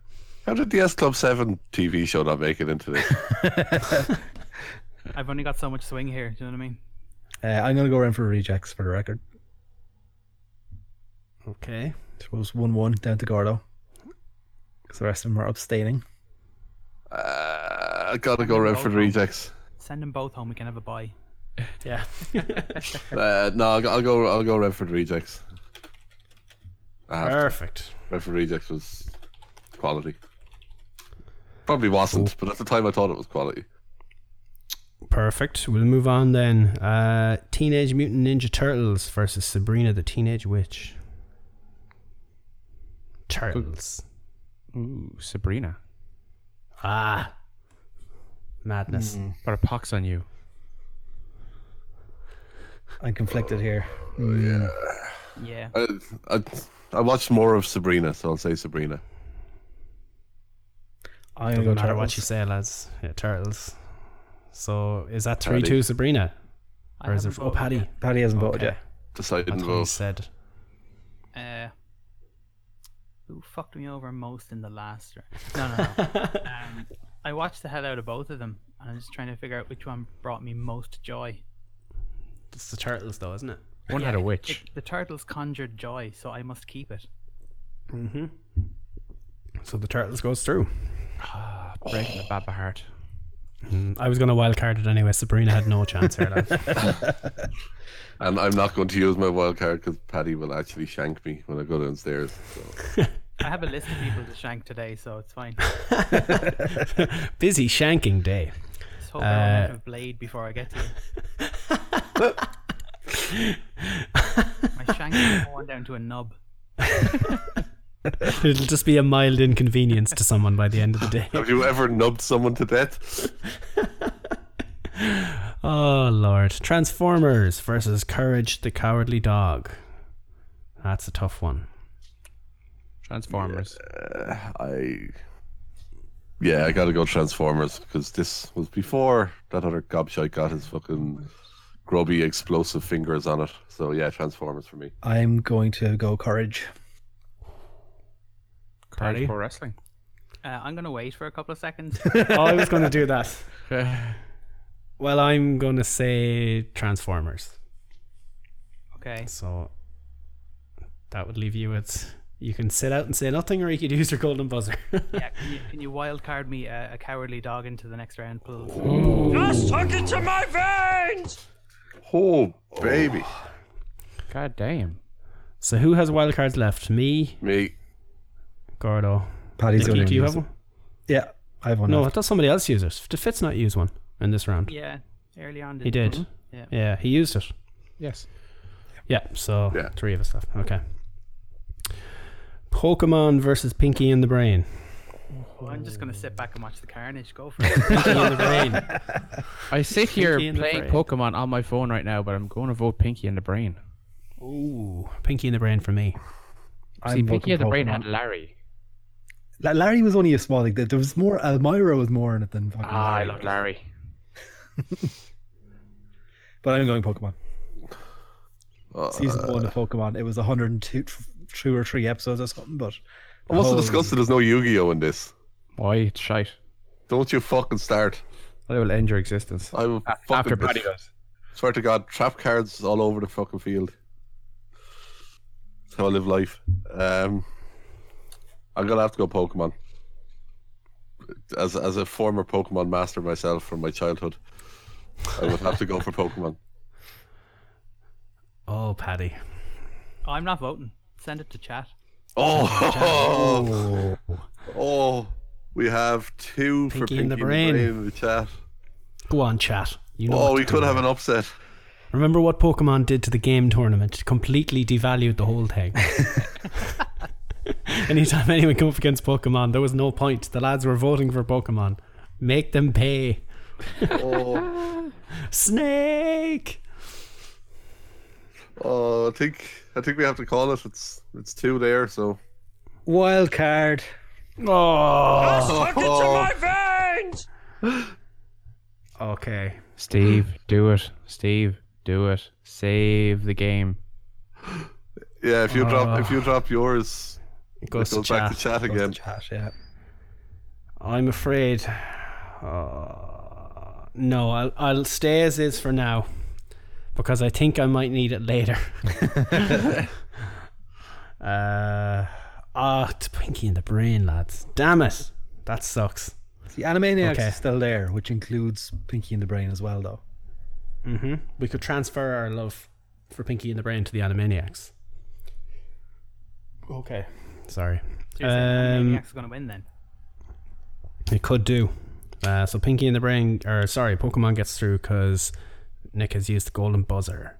D: How did the S Club Seven TV show not make it into this?
F: I've only got so much swing here. Do you know what I mean?
C: Uh, I'm going to go around for rejects for the record.
B: Okay.
C: So it was 1 1 down to Gordo. Because the rest of them are abstaining.
D: uh, I gotta go around for the rejects.
F: Send them both home. We can have a bye.
B: Yeah.
D: Uh, no, I'll, go- I'll go. I'll go Redford Rejects. I have to.
B: Perfect.
D: Redford Rejects was quality. Probably wasn't, but at the time I thought it was quality.
B: Perfect. We'll move on then. Uh, Teenage Mutant Ninja Turtles versus Sabrina the Teenage Witch. Turtles.
E: Ooh, Sabrina.
B: Ah. Madness.
E: Got a pox on you.
C: I'm
B: Oh,
C: conflicted here. Hmm.
F: Yeah.
D: I, I, I watched more of Sabrina, so I'll say Sabrina.
C: I'm
B: Doesn't
C: going to
B: matter
C: go
B: what you
C: Turtles.
B: say, lads. Yeah, turtles. So is that 3
D: Paddy.
B: 2 Sabrina?
F: I
B: Or is it.
F: haven't
B: Oh,
F: voted
B: Paddy.
F: yet.
C: Paddy hasn't voted
B: Okay.
C: yet.
D: Decided
B: That's
D: to
B: what he
D: vote.
B: said.
F: Uh, who fucked me over most in the last round? No, no, no. um, I watched the hell out of both of them, and I'm just trying to figure out which one brought me most joy.
B: It's the turtles, though, isn't it?
E: One had a witch.
F: It, the turtles conjured joy, so I must keep it.
B: Mm-hmm. So the turtles goes through.
E: Ah, breaking the Baba heart.
B: Mm, I was going to wild card it anyway. Sabrina had no chance here. lads.
D: And I'm not going to use my wild card because Paddy will actually shank me when I go downstairs. So.
F: I have a list of people to shank today, so it's fine.
B: Busy shanking day.
F: Just hope I run out
B: Uh,
F: of blade before I get to you. My shank is going down to a nub.
B: It'll just be a mild inconvenience to someone by the end of the day.
D: Have you ever nubbed someone to death?
B: Oh lord. Transformers versus Courage the Cowardly Dog. That's a tough one.
E: Transformers.
D: I. Yeah, I gotta go Transformers because this was before that other gobshite got his fucking grubby explosive fingers on it. So yeah, Transformers for me.
C: I'm going to go Courage.
B: Party.
E: Pro wrestling.
F: Uh, I'm gonna wait for a couple of seconds.
B: Oh, I was going to do that. Well, I'm going to say Transformers.
F: Okay.
B: So that would leave you with you can sit out and say nothing, or you could use your golden buzzer.
F: Yeah, can you, can you wild card me a, a cowardly dog into the next round, please?
D: Oh baby,
E: God damn.
B: so who has wild cards left? Me,
D: me.
B: Gordo.
C: Paddy's
B: Nicky,
C: going
B: do you
C: to
B: have one?
C: Yeah, I have one.
B: No,
C: left.
B: does somebody else use it? Did Fitz not use one in this round?
F: Yeah, early on.
B: He did.
F: Yeah.
B: Yeah, he used it.
E: Yes.
B: Yeah, so
D: Yeah.
B: three of us left. Okay. Pokemon versus Pinky in the Brain.
F: Well, Oh, I'm just gonna sit back and watch the carnage. Go for it.
B: Pinky in the Brain.
E: I sit here
B: Pinky and the
E: playing
B: Brain.
E: Pokemon on my phone right now, but I'm going to vote Pinky in the Brain.
B: Ooh, Pinky in the Brain for me.
C: I'm
E: See,
C: voting
E: Pinky in the Brain
C: Pokemon.
E: had Larry.
C: La- Larry was only a small like there was more Elmira was more in it than fucking
E: Ah, I
C: Larry.
E: love Larry.
C: But I'm going Pokemon.
D: Uh,
C: Season one of Pokemon. It was 102 f- two or three episodes or something, but
D: I must have
C: Oh.
D: discussed that there's no Yu-Gi-Oh in this.
E: Why it's shite.
D: Don't you fucking start.
E: They will end your existence.
D: I will fucking
E: After Paddy goes.
D: swear to God, trap cards all over the fucking field. That's how I live life. Um, I'm gonna have to go Pokemon. As as a former Pokemon master myself from my childhood, I would have to go for Pokemon.
B: Oh, Paddy.
F: Oh, I'm not voting. Send it to chat.
D: Oh, oh, we have two for
B: Pinky
D: Pinky
B: in the
D: in the
B: Brain.
D: Brain in the chat.
B: Go on, chat. You know
D: Oh,
B: what
D: we
B: to
D: could
B: do.
D: have an upset.
B: Remember what Pokemon did to the game tournament? Completely devalued the whole thing. Anytime anyone come up against Pokemon, there was no point. The lads were voting for Pokemon. Make them pay.
D: Oh,
B: Snake.
D: oh, I think I think we have to call it. It's it's two there. So
C: Wild card.
B: Oh.
D: Oh,
B: Okay.
E: Steve, do it. Steve, do it. Save the game.
D: yeah, if you drop
B: Ah.
D: if you drop yours,
B: It goes,
D: it goes back to chat
C: Goes to
D: again.
C: Chat, yeah.
B: I'm afraid. Uh, no, I'll, I'll stay as is for now because I think I might need it later. uh, ah, it's Pinky in the brain, lads. Damn it. That sucks.
C: The Animaniacs
B: Okay.
C: is still there, which includes Pinky and the Brain as well, though.
B: We could transfer our love for Pinky in the brain to the Animaniacs. Okay. Sorry.
F: So you're saying
B: Um,
F: Animaniacs going to win then?
B: It could do. Uh, so Pinky in the Brain, or sorry, Pokemon gets through because Nick has used the golden buzzer.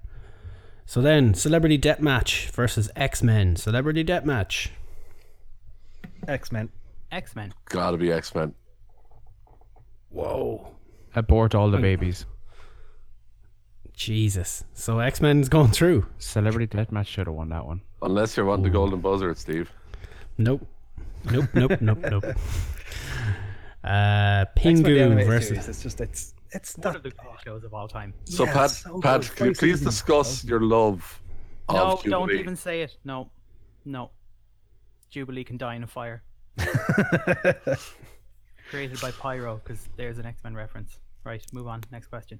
B: So then, Celebrity Deathmatch versus X Men. Celebrity Deathmatch.
C: X Men.
F: X Men.
D: Gotta be X Men.
B: Whoa,
E: Abort all the babies.
B: Jesus! So X Men's going through.
E: Celebrity Deathmatch should have won that one.
D: Unless you're wanting the golden buzzer, Steve.
B: Nope, nope, nope, nope, nope. Uh, Pingu versus.
C: It's just it's it's not.
F: One of the greatest shows of all time.
D: So
C: Yeah,
D: Pat,
C: so
D: Pat,
C: good.
D: can you
C: Twice
D: please
C: even.
D: discuss your love
F: No,
D: of Jubilee?
F: don't even say it. No, no. Jubilee can die in a fire. Created by Pyro, because there's an X Men reference. Right, move on. Next question.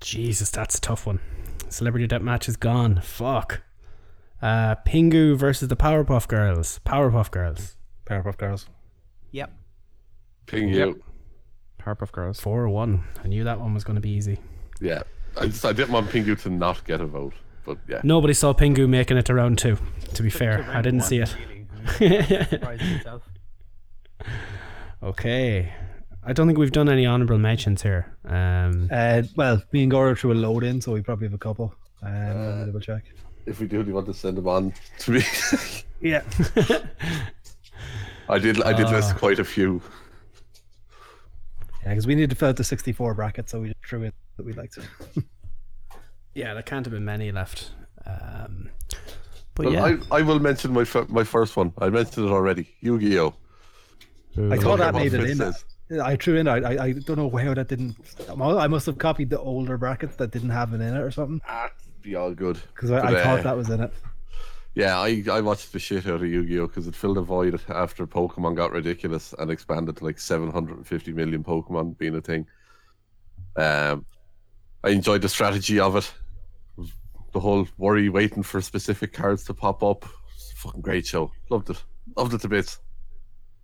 B: Jesus, that's a tough one. Celebrity Deathmatch is gone. Fuck. Uh, Pingu versus the Powerpuff Girls. Powerpuff Girls.
C: Powerpuff Girls.
F: Yep.
D: Ping you.
E: Powerpuff Girls.
B: Four one. I knew that one was going to be easy.
D: Yeah, I just I didn't want Pingu to not get a vote, but yeah.
B: Nobody saw Pingu making it to round two. To be fair, I didn't see it.
F: Really, I'm surprised at myself.
B: Okay, I don't think we've done any honorable mentions here. Um,
C: Uh, well, me and Goro threw a load in, so we probably have a couple. Um, let me
D: Uh,
C: double check.
D: If we do, do you want to send them on to me?
C: Yeah.
D: I did. I did list quite a few.
C: Yeah, because we need to fill out the 64 bracket, so we just threw it that we'd like to.
B: yeah, there can't have been many left. Um, but
D: But
B: yeah,
D: I, I will mention my fir- my first one. I mentioned it already. Yu-Gi-Oh.
C: I thought
D: care
C: that
D: what
C: made it
D: Fitz
C: in.
D: says.
C: I threw in. I, I I don't know how that didn't. I must have copied the older brackets that didn't have it in it or something.
D: Ah, be all good.
C: Because I,
D: But,
C: I
D: uh,
C: thought that was in it.
D: Yeah, I, I watched the shit out of Yu-Gi-Oh because it filled a void after Pokemon got ridiculous and expanded to like 750 million Pokemon being a thing. Um, I enjoyed the strategy of it. The whole worry waiting for specific cards to pop up. It's a fucking great show. Loved it. Loved it to bits.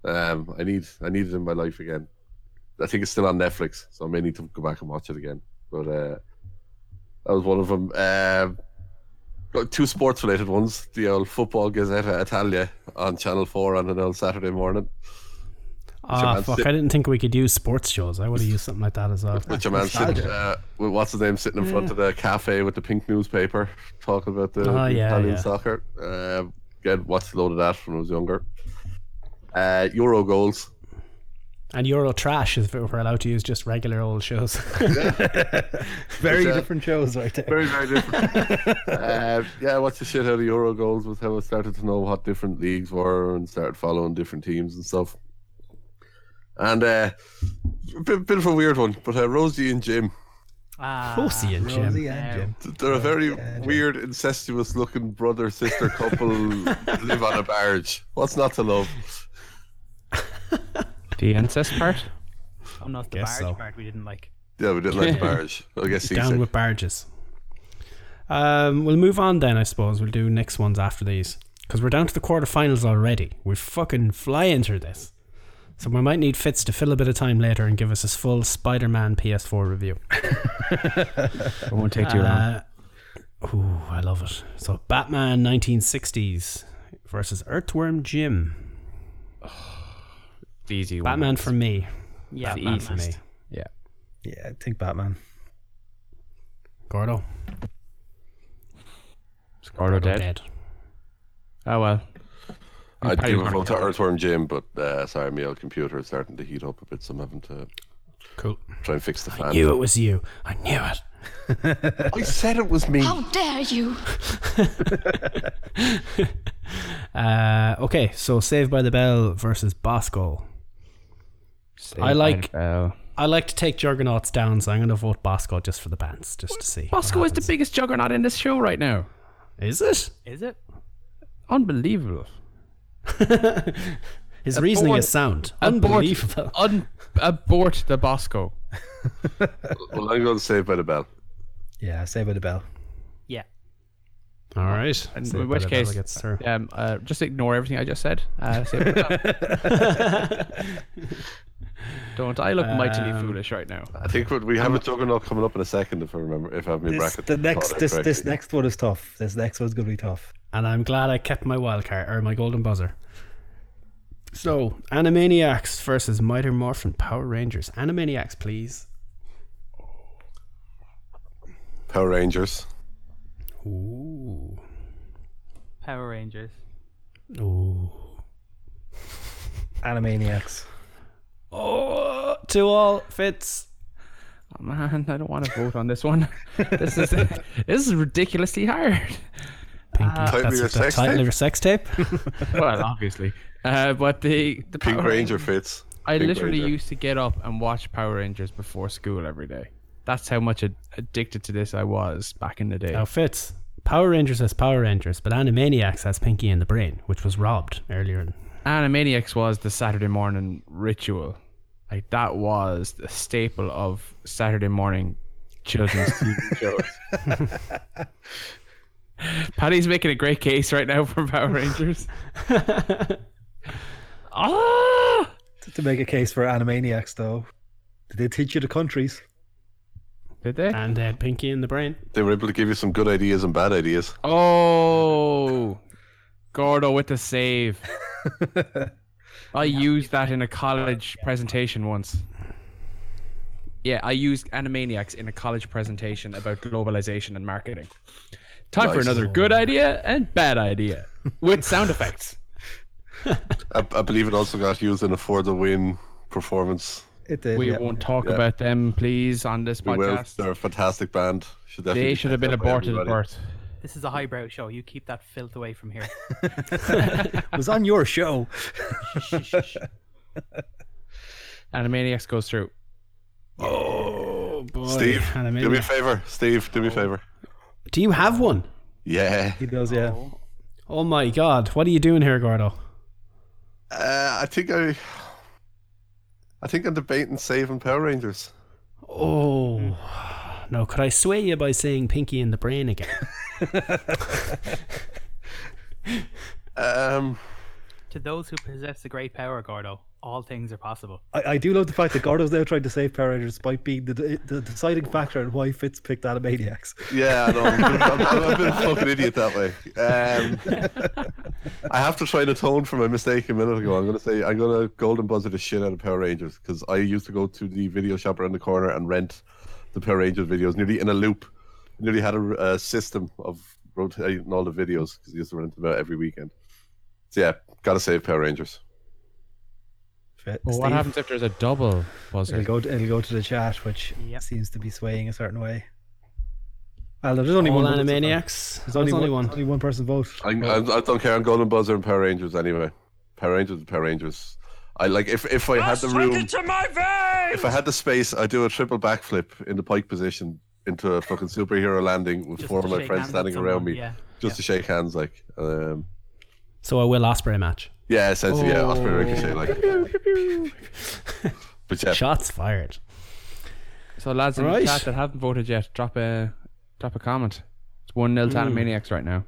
D: Um, I need I need it in my life again. I think it's still on Netflix, so I may need to go back and watch it again. But uh, that was one of them. Um, Got two sports related ones the old football gazzetta italia on channel 4 on an old saturday morning
B: ah,
D: man
B: fuck,
D: sit-
B: I didn't think we could use sports shows. I would have used something like that as well.
D: with your man sitting uh, with what's his name sitting in front of the cafe with the pink newspaper talking about the,
B: Oh,
D: the
B: yeah,
D: italian
B: yeah.
D: soccer uh, again watched a load of that when i was younger uh, euro goals
B: And Euro Trash is if we're allowed to use just regular old shows.
C: Very
D: uh,
C: different shows right there.
D: very very different uh, yeah i watched the shit out of euro goals was how i started to know what different leagues were and started following different teams and stuff and uh, a bit, bit of a weird one but uh, rosie and jim
F: Ah,
B: Rosie and
C: Rosie
B: Jim.
C: and Jim.
D: They're a very weird, incestuous looking brother sister couple live on a barge. What's not to love?
E: The incest part?
F: I'm not Oh, the
B: Guess
F: barge
B: so.
F: part we didn't like.
D: Yeah, we didn't like the barge. I guess he's
B: Down with barges. Um, we'll move on then, I suppose. We'll do next ones after these because we're down to the quarterfinals already. We're fucking flying through this, so we might need Fitz to fill a bit of time later and give us his full Spider-Man PS4 review.
E: It won't take too long.
B: Uh, Ooh, I love it. So Batman 1960s versus Earthworm Jim.
E: It's easy one.
B: Batman for me.
F: Yeah,
E: the
F: Batman.
B: For me.
E: Yeah.
C: Yeah, I think Batman.
B: Gordo.
E: Scarlet dead.
B: Dead.
E: Oh well.
D: I'd
E: probably
D: give a
E: wanna
D: vote to
E: go.
D: Earthworm Jim, but uh, sorry, my old computer is starting to heat up a bit, so I'm having to
B: Cool.
D: try and fix the fan.
B: Knew it was you. I knew it.
D: I said it was me.
H: How dare you?
B: Uh, okay, so Saved by the Bell versus Bosco.
E: Saved
B: I like-
E: by the Bell.
B: I like to take Juggernauts down, so I'm going to vote Bosco just for the bands, just to see.
E: Bosco is the biggest juggernaut in this show right now.
B: Is it?
F: Is it?
E: Unbelievable.
B: His reasoning
E: board-
B: is sound.
E: Abort-
B: Unbelievable.
E: Un- abort the Bosco.
D: Well, I'm going to save by the bell.
C: Yeah, save by the bell.
F: Yeah.
B: All right.
E: In
B: Saved by
E: which
B: the Bell
E: case-
B: gets through.
E: Um, uh, just ignore everything I just said. Uh, save it Don't I look mightily foolish right now?
D: I think we- we have a juggernaut coming up in a second, if I remember, if I have my
C: This,
D: bracket.
C: the next,
D: thought out
C: this, this
D: correctly.
C: next one is tough. This next one's gonna be tough.
B: and I'm glad I kept my wild card or my golden buzzer. So, Animaniacs versus Mighty Morphin Power Rangers. Animaniacs, please.
D: Power Rangers.
B: Ooh.
F: Power Rangers.
B: Ooh.
C: Animaniacs.
B: Oh, to all fits.
E: Oh, man, I don't want to vote on this one. this is this is ridiculously hard.
B: Pinky.
D: Title of your
B: the
D: sex
B: title
D: tape?
B: of your sex tape.
E: Well, obviously. Uh, but the the
D: Pink
E: Power
D: Ranger fits.
E: I
D: Pink
E: literally
D: Ranger.
E: used to get up and watch Power Rangers before school every day. That's how much ad- addicted to this I was back in the day.
B: now, Fitz, Power Rangers has Power Rangers, but Animaniacs has Pinky and the Brain, which was robbed earlier. In-
E: Animaniacs was the Saturday morning ritual. Like that was the staple of Saturday morning children's TV shows. Paddy's making a great case right now for Power Rangers. ah!
C: To make a case for Animaniacs, though, did they teach you the countries?
E: Did they?
B: and uh, Pinky and the Brain.
D: They were able to give you some good ideas and bad ideas.
E: Oh, Gordo with the save. I used that in a college presentation once. Yeah, I used Animaniacs in a college presentation about globalization and marketing. Time for
D: Nice.
E: another good idea and bad idea with sound effects.
D: I, I believe it also got used in a for the win performance.
C: It did.
E: We
C: yeah.
E: won't talk about them, please, on this
D: We will.
E: podcast.
D: They're a fantastic band. Should definitely
E: They
D: be
E: should have
D: picked
E: been
D: up by
E: aborted at
D: everybody.
E: birth.
F: This is a highbrow show. You keep that filth away from here.
C: It was on your show.
E: Animaniacs goes through.
B: Oh, boy.
D: Steve, do me a
B: Animaniacs.
D: favor. Steve, do me a
E: Oh.
D: favor.
B: Do you have one?
D: Yeah.
C: He does, yeah.
B: Oh my god, what are you doing here, Gordo?
D: Uh, I think I. I think I'm debating saving Power Rangers.
B: Oh. No, could I sway you by saying Pinky and the Brain again?
D: Um,
F: To those who possess the great power, Gordo, all things are possible.
C: I, I do love the fact that Gordo's now trying to save Power Rangers despite being the, the, deciding factor in why Fitz picked Animaniacs.
D: yeah, I know. I'm, I'm, I've been a fucking idiot that way. Um, I have to try and atone for my mistake a minute ago. I'm gonna say I'm gonna golden buzzer the shit out of Power Rangers because I used to go to the video shop around the corner and rent the Power Rangers videos nearly in a loop. Nearly had a, uh system of rotating all the videos because I used to rent them out every weekend. So yeah, gotta save Power Rangers.
C: Fit,
E: But what
C: Steve,
E: happens if there's a double
C: It'll
E: buzzer?
C: go, to, it'll go to the chat, which
F: Yep.
C: seems to be swaying a certain way. Although there's only
B: All
C: one vote so far.
B: Animaniacs?
C: There's only, one,
B: one.
C: only one person vote.
D: I, I, I don't care. I'm Golden Buzzer and Power Rangers anyway. Power Rangers, and Power Rangers. I like if if I had the room. If I had the space, I'd do a triple backflip in the pike position into a fucking superhero landing with
F: Just
D: four
F: to
D: of my
F: shake
D: friends
F: hands with
D: standing around
F: someone,
D: me,
F: yeah,
D: just to shake hands. Like, um,
B: So a Will Osprey match.
D: yeah, essentially, yeah, Osprey
C: Oh.
D: Ricochet. Like, but yeah,
B: Shots fired.
E: So lads in
B: Right.
E: the chat that haven't voted yet, drop a drop a comment. It's one 0 to Animaniacs right now.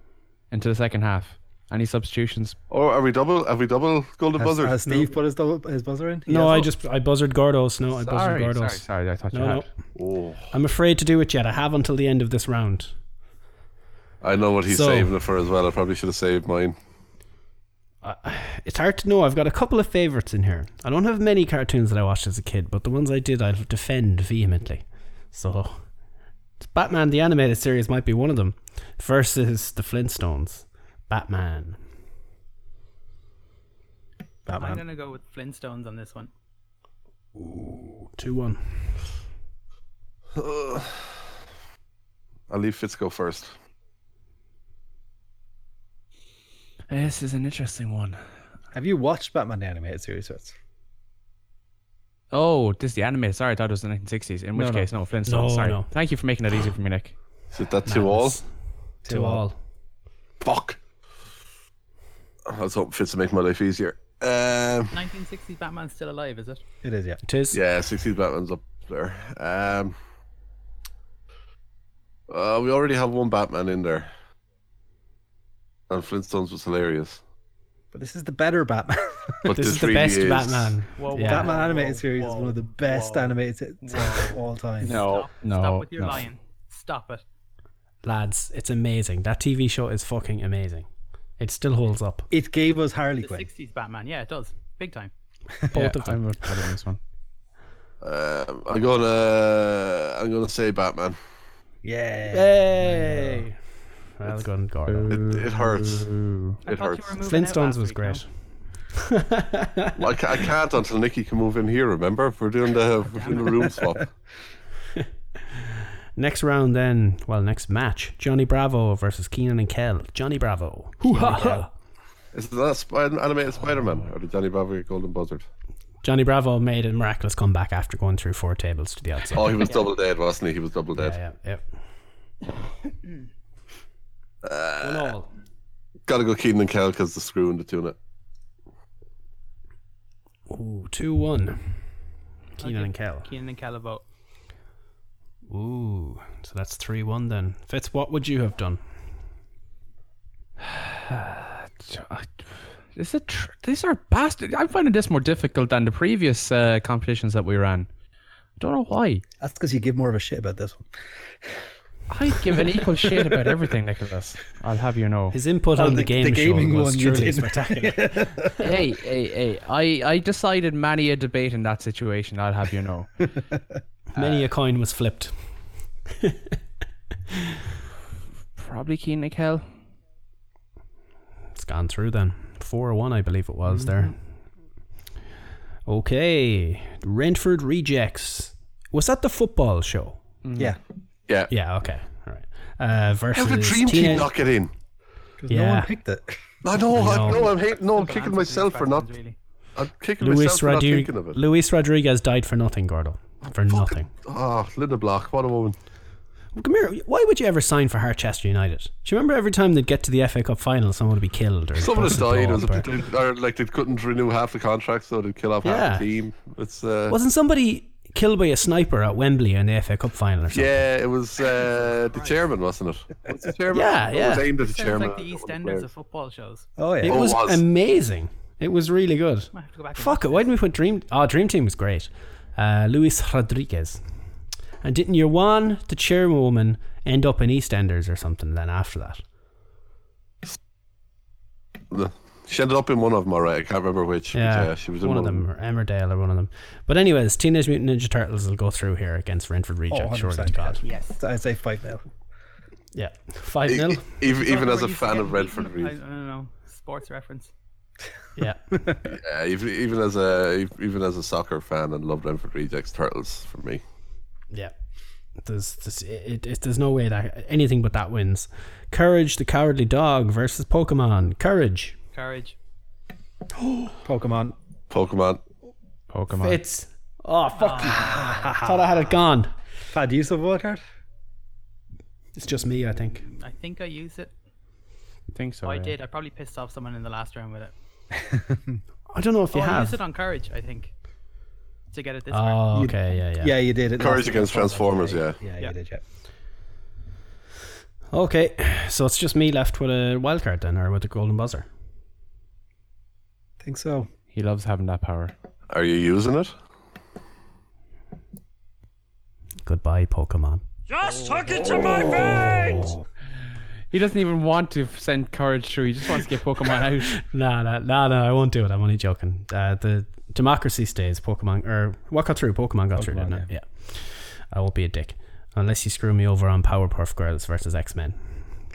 E: Into the second half. Any substitutions?
D: or are we double? Are we double Golden
C: Has,
D: Buzzer?
C: has Steve put his, double, his buzzer in? He
B: No,
C: has
B: I
C: vote.
B: just I buzzed Gordos. No, I buzzed
E: Sorry, sorry,
B: Gordos.
E: sorry, I thought you
B: No,
E: had.
B: no.
D: Oh,
B: I'm afraid to do it yet. I have until the end of this round.
D: I know what he's
B: So-
D: saving it for as well. I probably should have saved mine.
B: It's hard to know. I've got a couple of favorites in here. I don't have many cartoons that I watched as a kid, but the ones I did, I'll defend vehemently. So, Batman the animated series might be one of them versus the Flintstones. Batman.
C: that,
F: I'm
C: man.
F: gonna go with Flintstones on this one.
B: Two one.
D: I'll leave Fitz go first.
E: This is an interesting one.
C: Have you watched Batman the Animated Series? Fitz?
E: Oh, this is the anime. Sorry, I thought it was the 1960s. In which
C: No, no.
E: case, no, Flintstones.
B: No,
E: sorry.
B: no.
E: Thank you for making that easy for me, Nick.
D: Is it that two all?
B: Two, all.
D: Fuck. I was hoping Fitz to make my life easier. Um,
F: 1960s Batman's still alive, is it?
C: It is, yeah.
B: It is.
D: yeah, 60s Batman's up there. Um, uh, we already have one Batman in there. And Flintstones was hilarious.
C: But this is the better Batman.
D: But
B: This is the best Batman.
F: Whoa,
B: Yeah.
C: Batman animated
F: whoa,
C: series is one of the best
F: whoa.
C: animated series of all time.
E: No, no,
F: Stop with your
E: Oh, no.
F: lying. Stop it.
B: Lads, it's amazing. That TV show is fucking amazing. It still holds up.
C: It gave us Harley
F: The
C: Quinn.
F: 60s Batman, yeah, it does. Big time.
B: Both of them.
E: I'm with Brad on this one.
D: Um, I'm gonna, I'm gonna say Batman.
C: Yeah.
B: Hey. Well done, Gordon.
D: It, it hurts.
E: Ooh.
F: I
D: It
F: thought you
D: hurts.
F: were moving out
B: Flintstones
F: last
B: was
F: week, no?
B: great.
D: Well, I, ca- I can't until Nikki can move in here. Remember, we're doing the we're doing the room swap.
B: Next round, then, well, next match Johnny Bravo versus Keenan and Kel. Johnny Bravo. Hoo ha ha.
D: Is that a Spider- animated Spider-Man or the Johnny Bravo Golden Buzzard?
B: Johnny Bravo made a miraculous comeback after going through four tables to the outside.
D: Oh, he was double dead, wasn't he? He was double dead.
B: yeah, yeah, yeah. One all.
D: Gotta go Keenan and Kel because the screw and the tuna.
B: Ooh, 2 1. Keenan and Kel.
F: Keenan and Calabo.
B: Ooh, so that's 3 1 then. Fitz, what would you have done?
E: This is a tr- these are bastards. I'm finding this more difficult than the previous uh, competitions that we ran. I don't know why.
C: That's because you give more of a shit about this one.
E: I give an equal shit about everything, Nicholas. I'll have you know.
B: His input
C: Oh,
B: on the,
C: the-
B: game
C: the gaming
B: show was
C: one you
B: truly
C: did.
B: spectacular.
E: hey, hey, hey! I, I decided many a debate in that situation. I'll have you know.
D: Uh,
B: Many a coin was flipped.
E: Probably Keen Nick Hell.
B: It's gone through then. 4 1, I believe it was there. Mm-hmm. Okay. Rentford Rejects. Was that the football show?
C: Yeah.
D: Yeah.
B: Yeah, okay. All right. Uh, versus
D: How did Dream Team
B: teenage-
D: not get in?
C: 'Cause No
B: Yeah.
C: one picked it.
D: I know.
B: No.
D: I know. I'm hating. No, I'm
F: Answers
D: kicking
F: to
D: myself
F: these
D: for not.
F: questions, really.
D: I'm kicking myself
B: Luis,
D: for not
B: Rodri-
D: thinking of it.
B: Luis Rodriguez died for nothing, Gordo. For nothing.
D: Ah, Linda Block. What a woman.
B: Come here. Why would you ever sign for Harchester United? Do you remember every time they'd get to the FA Cup final, someone would be killed or
D: Someone has
B: busted
D: died. It was
B: up or-
D: they, or like they couldn't renew half the contract, so they'd kill off
B: Yeah.
D: half the team. It's uh,
B: Wasn't somebody killed by a sniper at Wembley in the FA Cup final or something?
D: yeah, it was uh, the chairman, wasn't it? It's the chairman.
B: Yeah,
D: It was
B: yeah.
D: aimed at the
F: Sounds
D: chairman.
F: like the East Enders of football shows.
C: Oh,
B: It
C: yeah.
D: Oh,
B: was,
D: it was.
B: amazing. It was really good.
F: Might have to go back and
B: Fuck it. Why didn't we put Dream? Oh, Dream Team was great. Uh, Luis Rodriguez. And didn't your one, the chairwoman, end up in EastEnders or something? Then after that,
D: She ended up in one of them, alright. I can't remember which. but
B: yeah,
D: yeah she was in
B: one of them, or Emmerdale or one of them. But anyways, Teenage Mutant Ninja Turtles will go through here against Renford Reject.
C: Oh,
B: surely to
C: 100%,
B: God,
F: Yes.
C: So I'd say five now.
B: yeah, five
D: E-
B: 0
D: e- Even, even
F: Where
D: as a
F: you used to
D: fan
F: get
D: of Redford,
F: beaten, I, I
D: Reed,
F: don't know. Sports reference.
B: yeah.
D: yeah, even, even as a even as a soccer fan and loved Redford Rejects Turtles for me.
B: Yeah. There's, there's, it, it, there's no way that anything but that wins. Courage the Cowardly Dog versus Pokemon. Courage.
F: Courage.
C: Pokemon.
D: Pokemon.
E: Pokemon.
B: It's. Oh, fuck you. Thought I had it gone.
C: Pad use of what card?
B: It's just me, I think.
F: I think I used it.
E: I think so.
B: Oh,
F: I
E: yeah.
F: did. I probably pissed off someone in the last round with it.
B: I don't know if you
F: Oh, I used
B: have.
F: it on Courage, I think. To get it this far.
B: Oh, okay, yeah, yeah.
C: Yeah, you did it.
D: Courage
C: last
D: against
C: time.
D: Transformers, yeah.
C: Yeah,
F: Yeah.
C: you did, yeah.
B: Okay, so it's just me left with a wild card then, or with a golden buzzer.
C: think so.
E: He loves having that power.
D: Are you using it?
B: Goodbye, Pokemon.
C: Oh.
E: He doesn't even want to send courage through. He just wants to get Pokemon out.
B: Nah, nah, nah, nah, I won't do it. I'm only joking. Uh, the democracy stays. Pokemon, or what got through? Pokemon got through,
E: Pokemon,
B: didn't it? Yeah. I won't be a dick. Unless you screw me over on Powerpuff Girls versus X Men.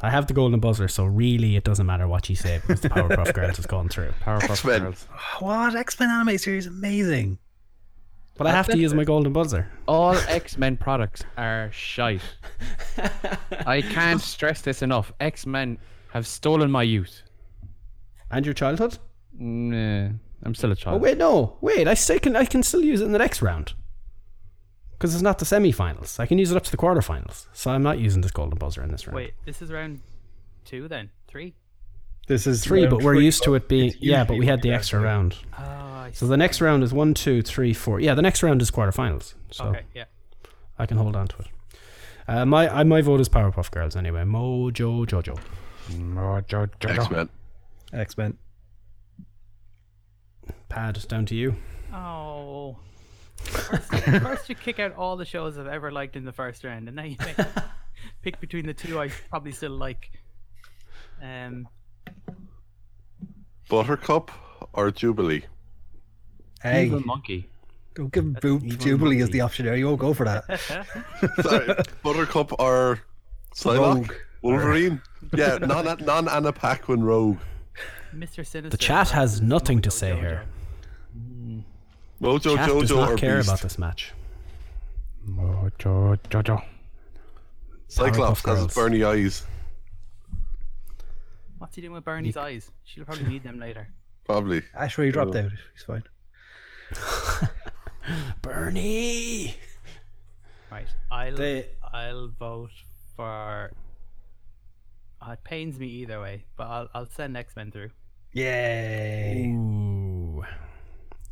B: I have the golden buzzer, so really it doesn't matter what you say because the Powerpuff Girls has gone through.
E: Powerpuff
D: X-Men.
E: Girls.
C: What X Men anime series? Amazing.
B: But I have to use my golden buzzer.
E: All X Men products are shite. I can't stress this enough. X Men have stolen my youth.
B: And your childhood?
E: Nah, I'm still a child.
B: Oh wait, no, wait. I still can. I can still use it in the next round. Because it's not the semi-finals. I can use it up to the quarterfinals. So I'm not using this golden buzzer in this round.
F: Wait, this is round two then? Three?
C: This is
B: three,
C: round
B: but we're used to it being
C: It's
B: yeah. But
C: usually
B: we had
C: what
B: the
C: you
B: extra
C: guys do.
B: round.
F: Oh, I
B: So the next round is one, two, three, four. Yeah, the next round is quarterfinals. So
F: Okay, yeah.
B: I can hold on to it. Uh, my I, my vote is Powerpuff Girls anyway. Mojo Jojo.
D: X Men.
C: X Men.
B: Pad it's down to you.
F: Oh. First, first you kick out all the shows I've ever liked in the first round, and now you pick, pick between the two I probably still like. Um,
D: Buttercup or Jubilee?
C: Hey,
E: Evil monkey.
C: don't give Bo- Jubilee as the option there. You won't go for that.
D: Sorry, Buttercup or Psylocke?
C: Rogue.
D: Wolverine? Yeah, non non Anna Paquin Rogue.
F: Mr. Sinister.
B: The chat has nothing to say here.
D: Mojo
B: Chat does
D: Jojo or
B: not care
D: Beast?
B: about this match.
D: Cyclops
B: Powerpuff
D: has
B: Girls.
D: his Bernie eyes.
F: What's he doing with Bernie's eyes? She'll probably need them later.
D: Probably.
C: Ashray he dropped out. He's fine.
B: Bernie.
F: Right. I'll
B: They-
F: I'll vote for. Uh, it pains me either way, but I'll I'll send X Men through.
C: Yay!
B: Ooh.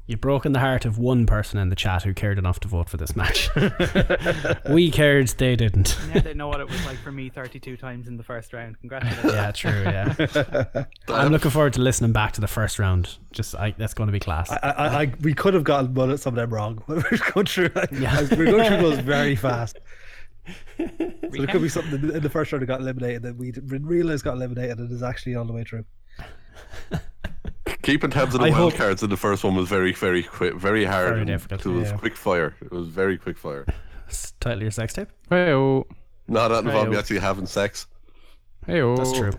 B: You've broken the heart of one person in the chat who cared enough to vote for this match. we cared, they didn't.
F: Now they know what it was like for me 32 times in the first round. Congratulations.
B: Yeah, true. Yeah, I'm looking forward to listening back to the first round. Just I, that's going to be class.
C: I, I, I, we could have gotten one of some of them wrong. We're going through. Like, We're going through those very fast. So there could be something in the- in the first round that got eliminated that we didn't realize got eliminated and is actually all the way through.
D: Keeping tabs on the
B: I
D: wild
B: hope-
D: cards in the first one was very, very quick, very hard.
B: Very
D: and
B: difficult,
D: It was
C: yeah.
D: quick fire. It was very quick fire.
B: Title your sex tape.
E: Hey-oh.
D: Not that involved me
E: Right.
D: actually having sex.
E: Hey-oh.
B: That's true.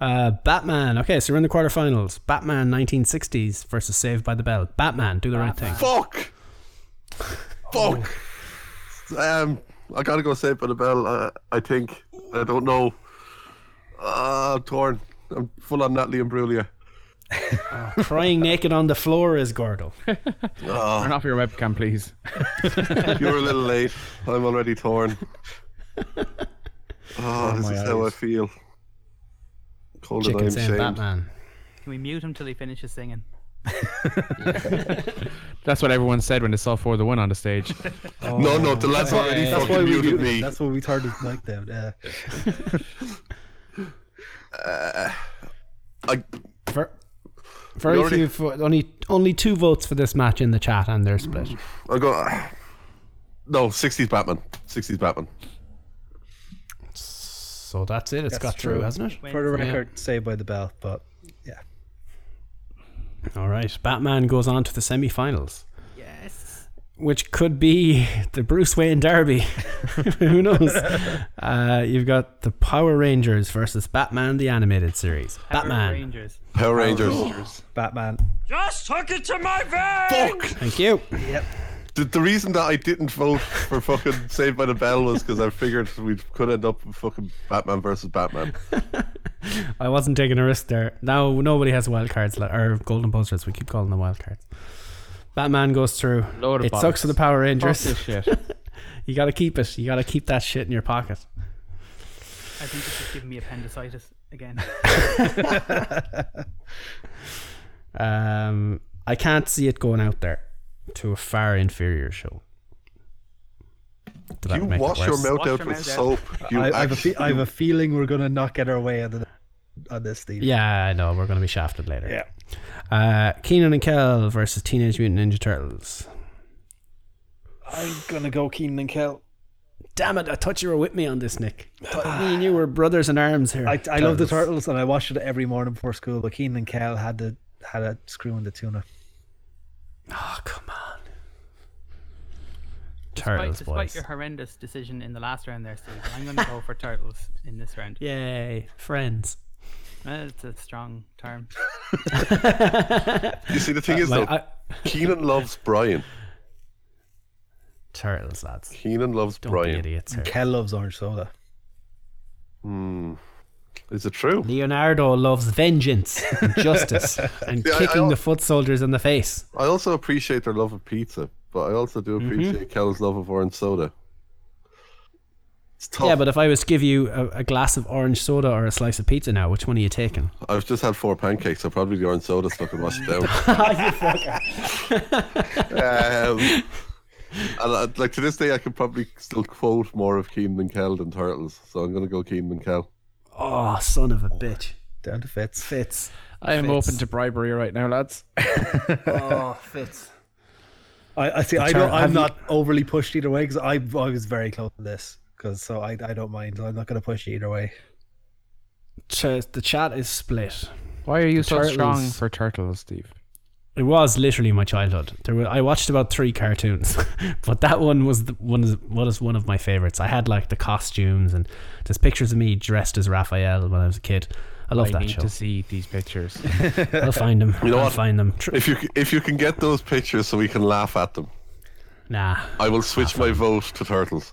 B: Uh, Batman. Okay, so we're in the quarterfinals. Batman 1960s versus Saved by the Bell. Batman, do the right thing.
D: Fuck! Fuck! Um, I gotta go save by the bell. Uh, I think. I don't know. Ah, I'm torn. I'm full on Natalie and Brulia.
B: Crying naked on the floor is Gordo.
E: Turn off your webcam, please.
D: You're a little late. I'm already torn. Oh, this is how I feel. Cold and I'm
B: Chicken saying
D: shamed.
B: Batman.
F: Can we mute him till he finishes singing?
E: That's what everyone said when they saw For the Win on the stage.
D: No, no, the lad's already
C: That's why
D: fucking
C: we
D: muted
C: muted
D: me.
C: That's why we turned his mic down. Yeah.
D: I,
B: Ver- very
D: already-
B: few, fo- only only two votes for this match in the chat, and they're split.
D: I go. No, 60s Batman. 60s Batman.
B: So that's it. It's got through,
C: true.
B: hasn't it?
C: For the record, Saved by the Bell, but yeah.
B: All right. Batman goes on to the semi-finals. Yes. Which could be the Bruce Wayne derby. Who knows? Uh, you've got the Power Rangers versus Batman the animated series.
F: Power
B: Batman.
F: Rangers.
D: Power Rangers.
C: Batman.
D: Fuck!
B: Thank you.
D: The, the reason that I didn't vote for fucking Saved by the Bell was because I figured we could end up with fucking Batman versus Batman.
B: I wasn't taking a risk there. Now nobody has wild cards le- or golden buzzers. We keep calling them wild cards. Batman goes through.
E: Load of
B: it sucks
E: bollocks.
B: for the Power
E: Fuck
B: Rangers.
E: this shit.
B: You got to keep it. You got to keep that shit in your pocket.
F: I think this is giving me appendicitis again.
B: Um, I can't see it going out there to a far inferior show. Did that
D: You
B: make it
D: wash your
B: worse?
D: mouth
F: Wash
D: out
F: your
D: with
F: mouth out.
D: soap. You
C: I, I, have a fe-
D: actually-
C: I have a feeling we're gonna not get our way on, the, on this theme.
B: Yeah, I know. We're going to be shafted later. Yeah. Uh, Keenan and Kel versus Teenage Mutant Ninja Turtles.
C: I'm gonna go Keenan and Kel.
B: Damn it! I thought you were with me on this, Nick. I thought me and you were brothers in arms here.
C: I, I love the turtles and I watched it every morning before school. But Keenan and Kel had the had a screw in the tuna.
B: Oh come on!
F: Despite,
B: turtles,
F: despite
B: boys.
F: your horrendous decision in the last round there, Steve, I'm going to go for turtles in this round.
B: Yay, friends.
F: Uh, it's a strong term.
D: You see, the thing is
B: Like,
D: though,
B: I-
D: Keenan loves Brian.
B: turtles, lads.
D: Keenan loves
B: Don't be
D: Brian.
B: idiots. here.
C: Kel loves orange soda.
D: Is it true?
B: Leonardo loves vengeance and justice and
D: Yeah, I- I
B: kicking
D: al-
B: the foot soldiers in the face.
D: I also appreciate their love of pizza, but I also do
B: Mm-hmm.
D: appreciate Kel's love of orange soda. It's tough.
B: Yeah, but if I was to give you a, a glass of orange soda or a slice of pizza now, which one are you taking?
D: I've just had four pancakes, so probably the orange soda's fucking washed it down. um, and I, like to this day, I can probably still quote more of Keenan and Kel than Turtles, so I'm gonna go Keenan and Kel.
B: Oh, son of a bitch.
C: Down to Fitz.
B: Fitz.
E: I am
B: Fitz.
E: open to bribery right now, lads.
B: Oh, Fitz.
C: I, I see. I
B: Char-
C: don't,
B: have
C: I'm
B: you-
C: not overly pushed either way because I I was very close to this because so I I don't mind. I'm not going to push you either way.
B: Ch- the chat is split.
E: Why are you so
B: turtles.
E: strong for turtles, Steve?
B: It was literally my childhood. There were, I watched about three cartoons, but that one was the, one is what is one of my favorites. I had like the costumes and there's pictures of me dressed as Raphael when I was a kid. I love
E: I
B: that
E: need
B: show.
E: to see these pictures.
B: I'll find them.
D: know
B: I'll
D: what?
B: find them. Tr-
D: If you c- if you can get those pictures so we can laugh at them,
B: nah,
D: I will switch my vote to Turtles.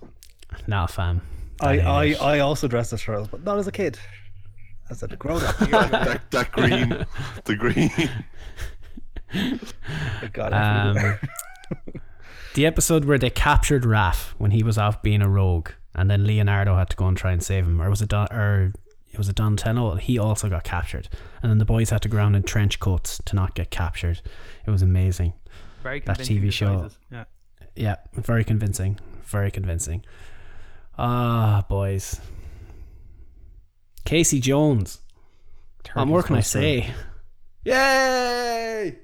B: nah, fam.
C: I
B: That
C: I,
B: ain't it.
C: I also dressed as Charles, but not as a kid. As a grown up.
D: That, that green, the green.
C: "Oh God,
B: Um, the episode where they captured Raph when he was off being a rogue, and then Leonardo had to go and try and save him, or was it Don? Or it was it Donatello? He also got captured, and then the boys had to go around in trench coats to not get captured. It was amazing.
F: Very
B: That
F: convincing
B: TV show.
F: disguises. Yeah.
B: Yeah, very convincing. Very convincing. Ah, boys. Casey Jones. What more
E: Turtles
B: can I
E: goes through.
B: say? Yay!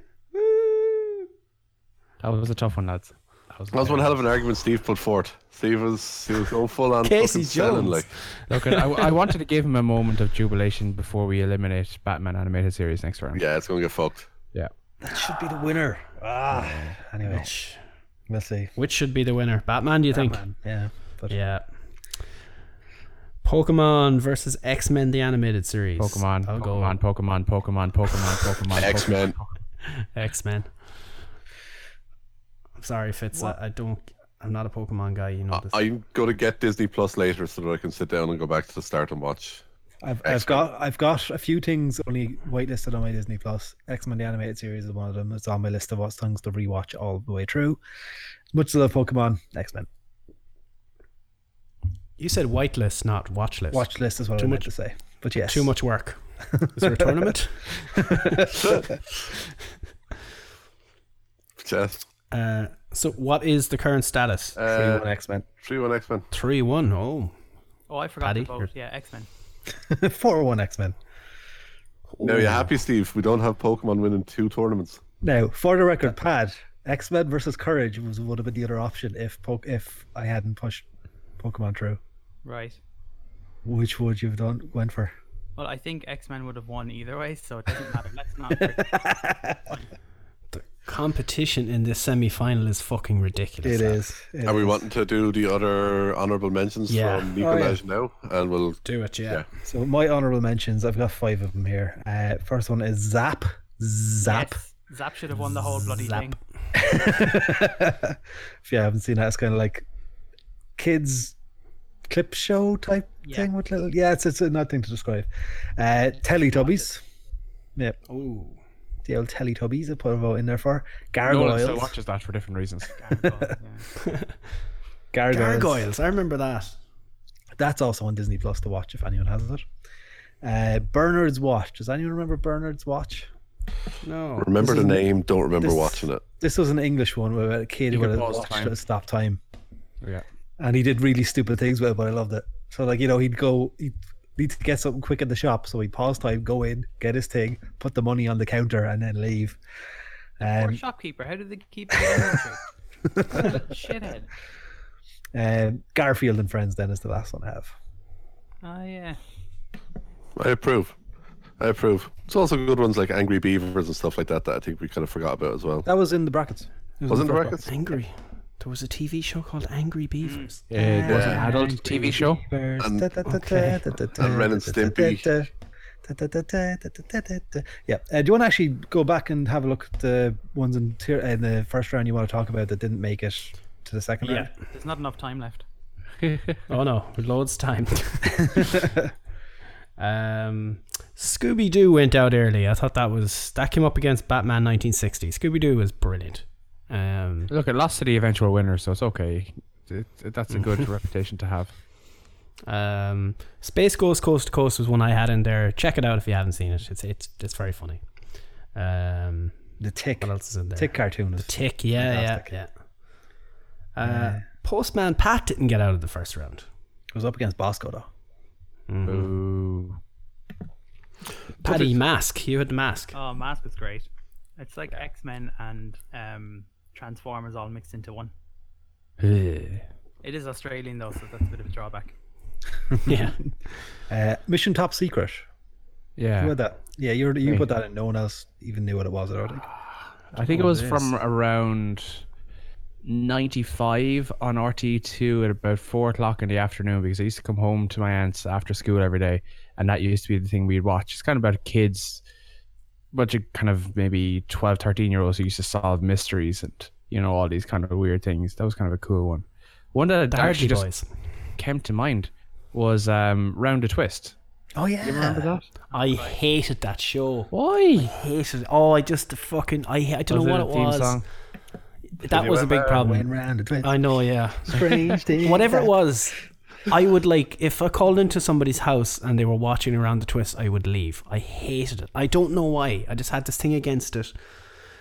E: That was a tough one, lads. That was,
D: That was one hell of an argument Steve put forth. Steve was he was going full on
B: Casey
D: fucking selling,
B: Jones.
D: like
E: Look, I, I wanted to give him a moment of jubilation before we eliminate Batman animated series next round.
D: yeah, it's gonna get fucked.
E: Yeah.
C: that should be the winner. Ah, anyway, we'll see.
B: Which should be the winner? Batman, do you think?
C: Yeah, but
B: Yeah. Pokemon versus X Men the animated series.
E: Pokemon,
B: I'll go
E: Pokemon, Pokemon, Pokemon, Pokemon, Pokemon,
D: X Men.
B: X Men. I'm sorry, Fitz. I, I don't. I'm not a Pokemon guy. You know this.
D: I'm gonna get Disney Plus later so that I can sit down and go back to the start and watch.
C: I've, I've got I've got a few things only waitlisted on my Disney Plus. X Men the animated series is one of them. It's on my list of what's things to rewatch all the way through. Much love, Pokemon. X Men
B: you said whitelist, not watchlist.
C: watch list is what
B: Too
C: I meant
B: much-
C: to say. But yes,
B: Too much work. Is there a tournament?
D: Chess.
B: Uh, so, what is the current status?
D: Uh,
C: X Men.
D: Three one X Men.
B: Three one. Oh,
F: Oh, I forgot
B: Paddy,
F: to vote.
B: you're-
F: Yeah, X Men.
C: Four oh one X Men.
D: Now you happy, Steve? We don't have Pokemon winning two tournaments.
C: Now, for the record, Pad X Men versus Courage was would have been the other option if po- if I hadn't pushed Pokemon through.
F: Right.
C: Which would you've done went for?
F: Well, I think X Men would have won either way, so it doesn't matter. Let's not.
B: competition in this semi final is fucking ridiculous.
C: It
B: lad.
C: is. it
D: Are we
C: is.
D: wanting to do the other honorable mentions
B: Yeah.
D: from
C: Oh, yeah.
D: Nicolaj now? And we'll
B: Do it, yeah.
D: Yeah.
C: So my honorable mentions, I've got five of them here. Uh, first one is Zap. Zap.
F: Yes, Zap should have won the whole bloody
B: Zap.
F: thing.
C: If you haven't seen that, it's kind of like kids clip show type
F: Yeah.
C: thing with little. Yeah, it's it's nothing to describe. Uh, Teletubbies. Yep,
B: Ooh.
C: the old Teletubbies. I put a vote in there for
E: Nolan
C: gargoyles.
E: still watches that for different reasons.
F: Gargoyle, yeah.
C: gargoyles.
B: Gargoyles. I remember that.
C: That's also on Disney Plus to watch if anyone has it. Uh, Bernard's Watch. Does anyone remember Bernard's Watch?
B: No.
D: remember
C: Oh, This
D: the
C: is-
D: name. Don't remember
C: this-
D: watching it.
C: This was an English one where a kid
E: You
C: with
E: could
C: a
E: pause
C: watch
E: time.
C: at a stop time.
E: Yeah.
C: and he did really stupid things with it, but I loved it. So like you know, he'd go, he'd need to get something quick in the shop, so he'd pause time, go in, get his thing, put the money on the counter, and then leave.
F: Poor
C: Um,
F: shopkeeper. How did they keep it in the country? Shithead.
C: um, Garfield and Friends then is the last one I have.
F: Oh yeah.
D: I approve. I approve. It's also good ones like Angry Beavers and stuff like that that I think we kind of forgot about as well.
C: That was in the brackets. It
D: Wasn't
C: in
D: the
C: first
D: records?
B: Angry. There was a TV show called Angry Beavers.
E: It was an adult TV show.
D: And- And Ren and Stimpy.
C: Yeah. Uh, do you want to actually go back and have a look at the ones in, tier, in the first round you want to talk about that didn't make it to the second round?
F: There's not enough time left.
B: Oh no, loads time. um, Scooby Doo went out early. I thought that was that came up against Batman 1960. Scooby Doo was brilliant. Um,
E: Look, it lost to the eventual winner, so it's okay. It, it- that's a good reputation to have.
B: um, Space Ghost Coast to Coast was one I had in there. Check it out if you haven't seen it. It's it's it's very funny. Um,
C: The Tick.
B: what else is in there?
C: Tick cartoon. is-
B: Tick, yeah, yeah, yeah. Uh, Postman Pat didn't get out of the first round.
C: It was up against Bosco, though.
E: Mm-hmm. Ooh.
B: Paddy Mask, you had the mask.
F: Oh, Mask is great. It's like X Men and um, Transformers all mixed into one. It is Australian though, so that's a bit of a drawback.
B: yeah.
C: Uh, Mission Top Secret. Who
E: Yeah.
C: had that? Yeah, you you put that in. No one else even knew what it was. I don't think.
E: I think it was from around 95 on RT2 at about 4 o'clock in the afternoon because I used to come home to my aunt's after school every day, and that used to be the thing we'd watch. It's kind of about kids, bunch of kind of maybe 12, 13 year olds who used to solve mysteries and, you know, all these kind of weird things. That was kind of a cool one. One that
B: Hardy
E: actually just
B: Boys.
E: came to mind was um, Round a Twist.
C: Oh yeah,
E: Remember that?
B: I hated that show.
E: Why?
B: hated. Oh, I just the fucking I I don't know what it was. That was a big
C: Went
B: problem.
C: round it went
B: I know, yeah.
C: strange days.
B: Whatever it was, I would like if I called into somebody's house and they were watching around the twist, I would leave. I hated it. I don't know why. I just had this thing against it.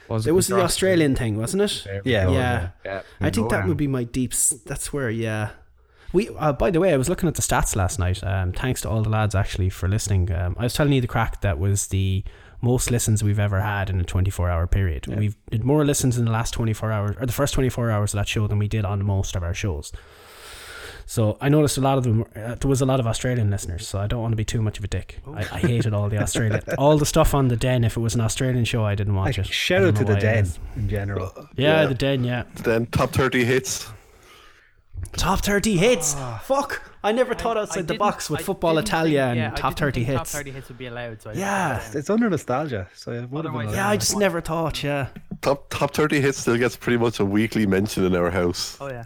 E: Was
B: It was the Australian thing, wasn't it?
C: Yeah, it was,
B: yeah. I think that would be my deeps. That's where, yeah. We, uh, by the way, I was looking at the stats last night. Um, thanks to all the lads actually for listening. Um, I was telling you the crack that was the most listens we've ever had in a 24 hour period. We've did more listens in the last 24 hours or the first 24 hours of that show than we did on most of our shows. So I noticed a lot of them. Uh, there was a lot of Australian listeners, so I don't want to be too much of a dick. I, I hated all the Australian, all the stuff on the Den. If it was an Australian show, I didn't watch
C: Like,
B: it.
C: shout
B: I
C: out
B: don't
C: to
B: know
C: the
B: why it
C: Den
B: is.
C: in general.
B: Yeah,
D: Yeah.
B: the Den. Yeah,
D: Then top 30 hits.
B: Top 30 hits. Fuck. I never thought
F: Ah. I- I
B: outside the
F: didn't-
B: box with
F: I
B: Football
F: didn't
B: Italia
F: think-
B: and
F: yeah, I
B: Top
F: didn't
B: 30
F: think
B: hits.
F: Top 30 hits would be allowed. So I
B: Yeah.
F: didn't put it in.
C: It's under nostalgia, so it would have been.
F: Otherwise-
C: like-
B: Ah. Yeah, I just never thought, yeah.
D: Top top 30 hits still gets pretty much a weekly mention in our house.
F: Oh yeah.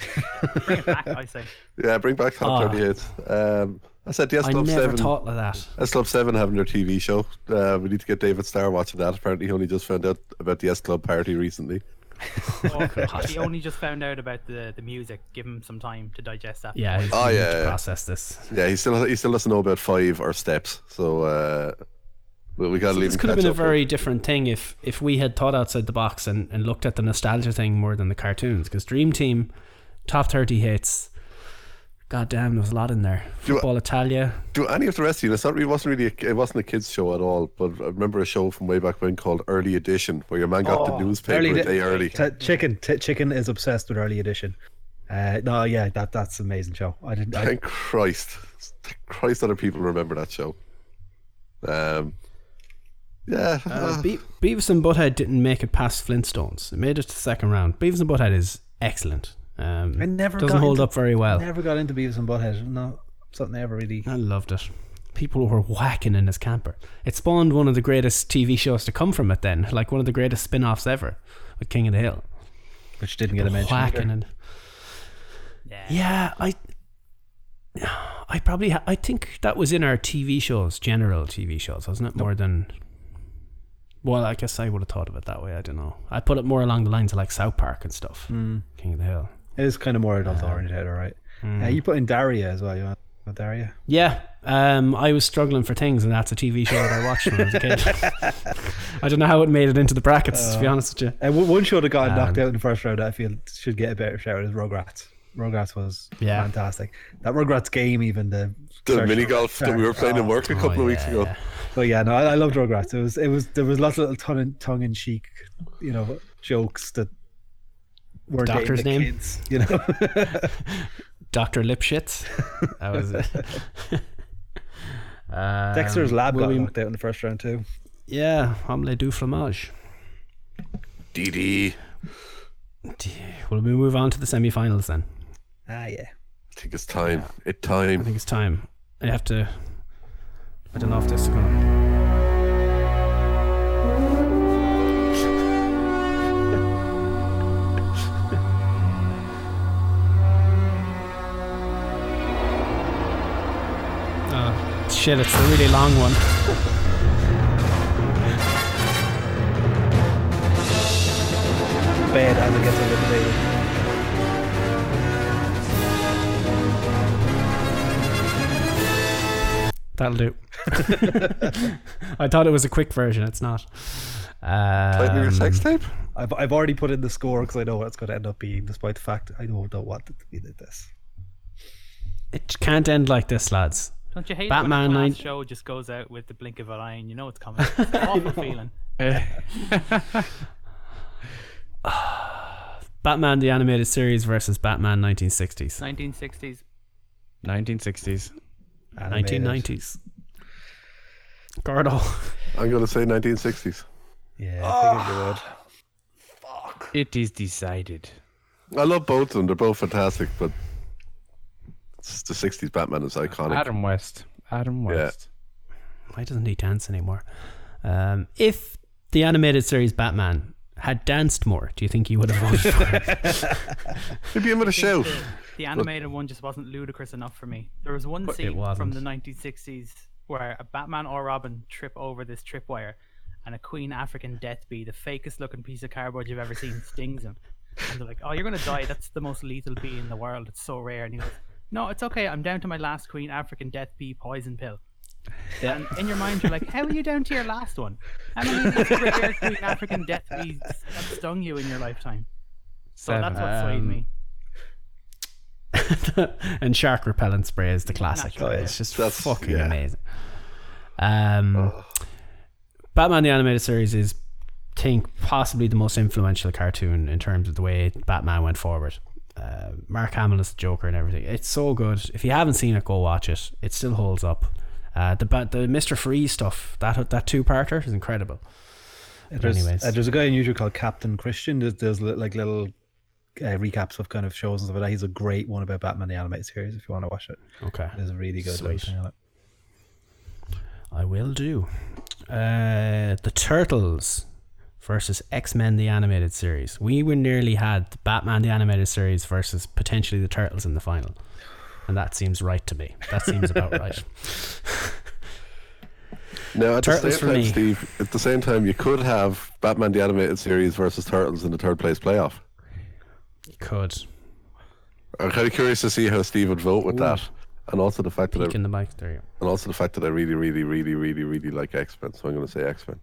F: Bring it back, I say.
D: Yeah, bring back top
B: Ah.
D: 30 hits. Um, I said yes,
B: I
D: top
B: never
D: 7.
B: thought of that.
D: S Club 7 having their TV show. Uh, we need to get David Starr watching that. Apparently, he only just found out about the S Club party recently.
F: Well, he only just found out about the, the music. Give him some time to digest that.
B: Yeah,
D: Oh,
B: we need
D: yeah,
B: to
D: yeah.
B: process this.
D: Yeah, he still he still doesn't know about five or steps. So uh, we, we got to leave
B: This
D: him
B: could have
D: catch
B: been a
D: up with-
B: very different thing if, if we had thought outside the box and, and looked at the nostalgia thing more than the cartoons. Because Dream Team, Top 30 hits. God damn, there was a lot in there.
D: Do I-
B: Football Italia.
D: Do any of the rest of you? It's not. It wasn't really. A, it wasn't a kids' show at all. But I remember a show from way back when called Early Edition, where your man got
C: Oh,
D: the newspaper
C: Early
D: a
C: Di-
D: day early.
C: T- chicken, t- chicken is obsessed with early edition. Uh, no, yeah, that that's an amazing show. I didn't. I,
D: Thank Christ! Thank Christ, other people remember that show. Um, yeah,
B: Uh, Be- Beavis and Butthead didn't make it past Flintstones. It made it to the second round. Beavis and Butthead is excellent. Um,
C: I never
B: doesn't
C: got
B: hold
C: into-
B: up very well.
C: never got into Beavis and Butthead. No, something I ever really.
B: I loved it. People were whacking in his camper. It spawned one of the greatest TV shows to come from it. Then, like one of the greatest spin-offs ever with King of the Hill.
C: Which didn't get a mention. either.
B: Whacking and yeah,
F: Yeah.
B: I, I probably ha- I think that was in our TV shows, general TV shows, wasn't it? More than. Well, I guess I would have thought of it that way. I don't know. I put it more along the lines of like South Park and stuff. King of the Hill.
C: It is kind of more adult oriented, all right. Uh, you put in Daria as well. You want want Daria?
B: Yeah, um, I was struggling for things, and that's a TV show that I watched when I was a kid. I don't know how it made it into the brackets. to be honest with you,
C: Uh, one one show that got knocked out in the first round that I feel should get a better shout is Rugrats. Rugrats was
B: Yeah.
C: fantastic. That Rugrats game, even the
D: the
C: search-
D: mini golf that we were playing in
B: Oh,
D: work a couple of weeks ago.
C: But yeah, no, I, I loved Rugrats. It was it was there was lots of little tongue, tongue in cheek, you know, jokes that weren't aimed
B: Doctor's
C: at
B: name?
C: kids, you know.
B: Doctor Lipschitz. That was it. Um,
C: Dexter's Lab
B: will
C: got
B: we-
C: knocked out in the first round too.
B: Yeah, omelette du fromage.
D: DD.
B: Will we move on to the semi-finals then?
C: Ah, yeah.
D: I think it's time. It
B: I
D: time.
B: think it's time. I have to. I don't know if this is gonna. Ah, Shit, it's a really long one.
C: Bad as it gets eliminated.
B: That'll do. I thought it was a quick version. It's not.
D: Play me your
B: Um,
D: sex tape.
C: I've, I've already put in the score because I know what it's going to end up being, despite the fact I don't know what to be like this.
B: It can't end like this, lads.
F: Don't you hate
B: Batman
F: when the
B: nine-
F: last show just goes out with the blink of an eye and you know it's coming? It's an awful feeling.
B: Batman the animated series versus Batman 1960s,
F: 1960s.
E: 1960s.
C: Animated.
B: 1990s. Gordo.
D: I'm gonna say 1960s.
C: Yeah, I figured you would.
B: Ah!
E: It is decided.
D: I love both of them. They're both fantastic, but it's the 60s Batman is iconic.
E: Adam West. Adam West.
B: Why doesn't he dance anymore? Um, if the animated series Batman had danced more, do you think he would have voted for it?
D: Maybe I'm gonna shout.
F: The animated one just wasn't ludicrous enough for me. There was one scene from
B: wasn't.
F: the 1960s where a Batman or Robin trip over this tripwire and a Queen African death bee, the fakest looking piece of cardboard you've ever seen, stings him. And they're like, oh, you're going to die. That's the most lethal bee in the world. It's so rare. And he goes, no, it's okay. I'm down to my last Queen African death bee poison pill. And in your mind, you're like, how are you down to your last one? How many of these rare Queen African death bees have stung you in your lifetime? So that's what swayed
E: Um,
F: me.
B: and shark repellent spray is the classic.
F: Naturally,
B: It's just
D: That's-
B: fucking
D: yeah.
B: amazing. Um, Batman the animated series is, think, possibly the most influential cartoon in terms of the way Batman went forward. Uh, Mark Hamill is the Joker and everything. It's so good. If you haven't seen it, go watch it. It still holds up. Uh, the Bat- the Mister Freeze stuff that that two parter is incredible.
C: There's,
B: anyways.
C: uh, there's a guy on YouTube called Captain Christian. There's, there's li- like little uh, recaps of kind of shows and stuff like that. He's a great one about Batman the animated series. If you want to watch it,
B: Okay,
C: there's a really good
B: Sweet.
C: thing on it.
B: I will do. Uh, the Turtles versus X Men the animated series. We were nearly had the Batman the animated series versus potentially the Turtles in the final, and that seems right to me. That seems about right.
D: Now, at the
B: Turtles
D: same
B: for
D: time,
B: me.
D: Steve, at the same time, you could have Batman the Animated Series versus Turtles in the third place playoff.
B: Could
D: I'm kind of curious to see how Steve would vote with that, and also the fact that I,
B: kick in the mic. There you go.
D: and also the fact that I really, really, really, really, really like X Men. So I'm gonna say X Men.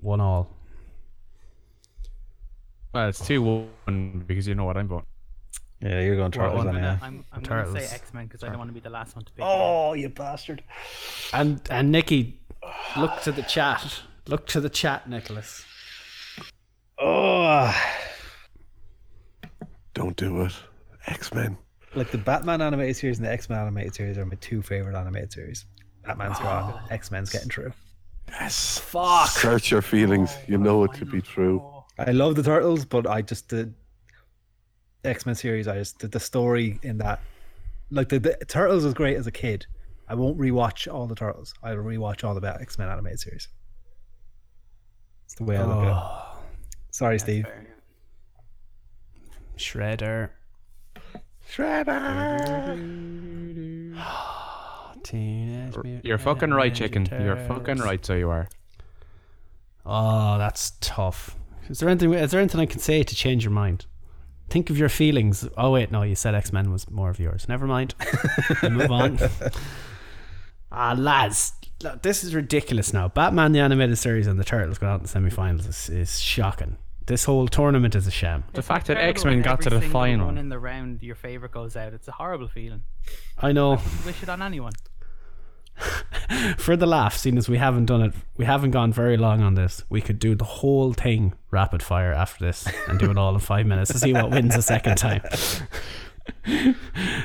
B: One all.
E: Well, it's 2 1 because you know what I'm voting.
C: Yeah, you're going
F: I'm
C: turtles
F: gonna,
C: anyway.
F: I'm, I'm gonna say
B: Turtles.
F: X Men because I don't want to be the last one to pick.
C: Oh, you bastard!
B: And and Nikki, look to the chat. Look to the chat, Nicholas.
C: Oh,
D: Don't do it. X Men.
C: like the Batman animated series and the X Men animated series are my two favorite animated series. Batman's gone. X Men's getting through.
D: Yes. Fuck. Search your feelings. You know it to be true.
C: I love the turtles, but I just the X Men series. I just the, the story in that, like the, the turtles was great as a kid. I won't rewatch all the turtles. I'll rewatch all the X Men animated series. It's the way I look at it. Sorry, Steve.
B: Shredder. Shredder.
E: Er,
B: Teenage Mutant
E: You're fucking right,
B: Ninja
E: chicken. You're fucking
B: Turtles.
E: right, so you are.
B: Oh, that's tough. Is there anything? Is there anything I can say to change your mind? Think of your feelings. Oh wait, no, you said X Men was more of yours. Never mind. We move on. ah, lads, look, this is ridiculous now. Batman the animated series and the Turtles got out in the semi-finals is, is shocking. This whole tournament is a sham.
E: The fact that
F: Terrible
E: X Men
F: when
E: got to
F: every
E: the
F: single
E: final.
F: One in the round, your favorite goes out. It's a horrible feeling.
B: I know.
F: Wish it on anyone.
B: for the laugh, seeing as we haven't done it, we haven't gone very long on this. We could do the whole thing rapid fire after this and do it all in five minutes to see what wins the second time.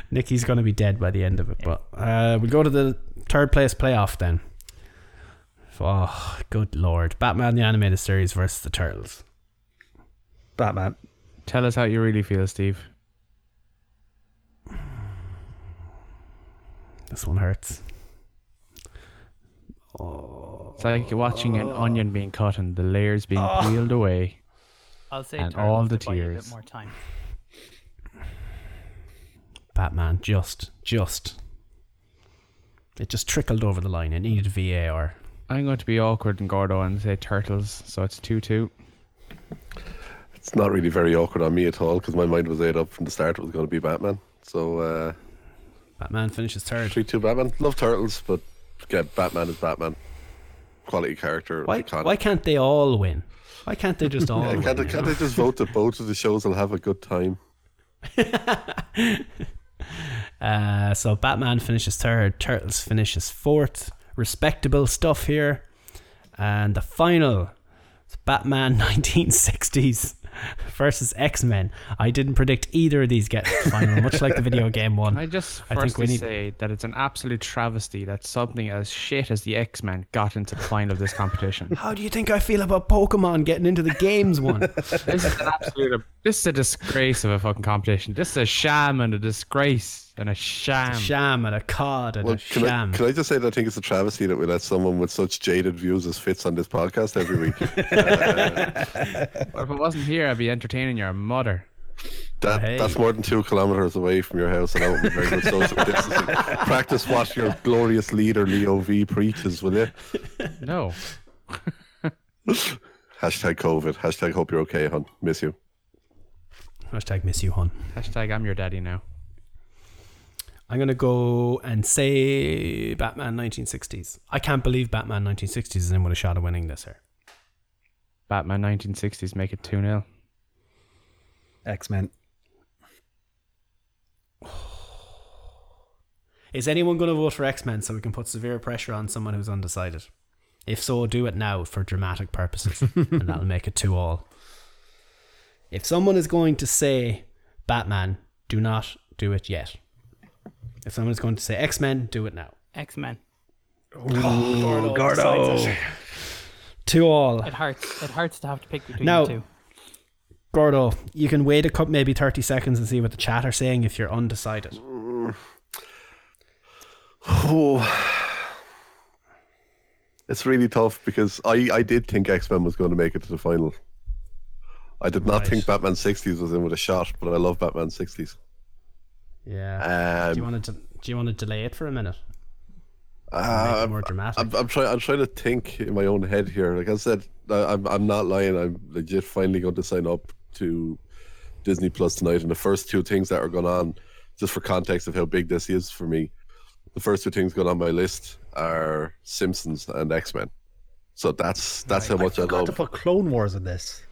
B: Nikki's going to be dead by the end of it, but uh, we go to the third place playoff then. Oh, good lord! Batman the animated series versus the Turtles.
C: Batman.
E: Tell us how you really feel, Steve.
B: This one hurts.
E: It's like watching an onion being cut and the layers being peeled away.
F: I'll say
E: And
F: turtles
E: all the
F: to buy you a
E: tears.
F: bit more time.
B: Batman, just, just. It just trickled over the line. It needed VAR.
E: I'm going to be awkward and Gordo and say turtles, so it's 2 2.
D: It's not really very awkward on me at all because my mind was ate up from the start. It was going to be Batman. So uh,
B: Batman finishes third.
D: three two Batman. Love turtles, but yeah, Batman is Batman. Quality character.
B: Why,
D: iconic.
B: why can't they all win? Why can't they just all
D: Yeah,
B: win?
D: can't, they,
B: you
D: can't
B: know?
D: they just vote that both of the shows will have a good time?
B: Uh, so Batman finishes third, Turtles finishes fourth. Respectable stuff here. And the final is Batman 1960s versus X Men. I didn't predict either of these get to the final, much like the video game one.
E: I just
B: I think we
E: firstly
B: need-
E: say that it's an absolute travesty that something as shit as the X Men got into the final of this competition.
B: How do you think I feel about Pokemon getting into the games one?
E: this is an absolute. This is a disgrace of a fucking competition. This is a sham and a disgrace and a sham.
B: sham and a cod and
D: Well,
B: a
D: can, I,
B: sham.
D: can I just say that I think it's a travesty that we let someone with such jaded views as Fitz on this podcast every week.
E: Or if it wasn't here, I'd be entertaining your mother.
D: That,
B: Hey.
D: That's more than two kilometers away from your house and out in very good social distancing. Practice what your glorious leader Leo V preaches, will you?
E: No.
D: Hashtag COVID. Hashtag hope you're okay, hon. Miss you.
B: Hashtag miss you, hon.
E: Hashtag I'm your daddy now.
B: I'm gonna go and say Batman 1960s. I can't believe Batman 1960s is in with a shot of winning this here.
E: Batman 1960s make it 2 0.
C: X Men.
B: Is anyone going to vote for X Men so we can put severe pressure on someone who's undecided? If so, do it now for dramatic purposes, and that'll make it two all. If someone is going to say Batman, do not do it yet. If someone is going to say X Men, do it now.
F: X Men.
C: Oh, Gordo.
B: Two all.
F: It hurts. It hurts to have to pick between
B: Now-
F: the two.
B: Gordo, you can wait a couple, maybe 30 seconds and see what the chat are saying if you're undecided.
D: Oh. It's really tough because I, I did think X Men was going to make it to the final. I did not think Batman 60s was in with a shot, but I love Batman 60s.
B: Yeah.
D: Um,
B: do you want to do you want to delay it for a minute?
D: uh,
B: More dramatic.
D: I'm, I'm trying. I'm trying to think in my own head here. Like I said, I, I'm I'm not lying. I'm legit finally going to sign up to Disney Plus tonight. And the first two things that are going on, just for context of how big this is for me, the first two things going on my list are Simpsons and X Men. So that's that's how much I,
C: Got to
D: love.
C: put Clone Wars in this.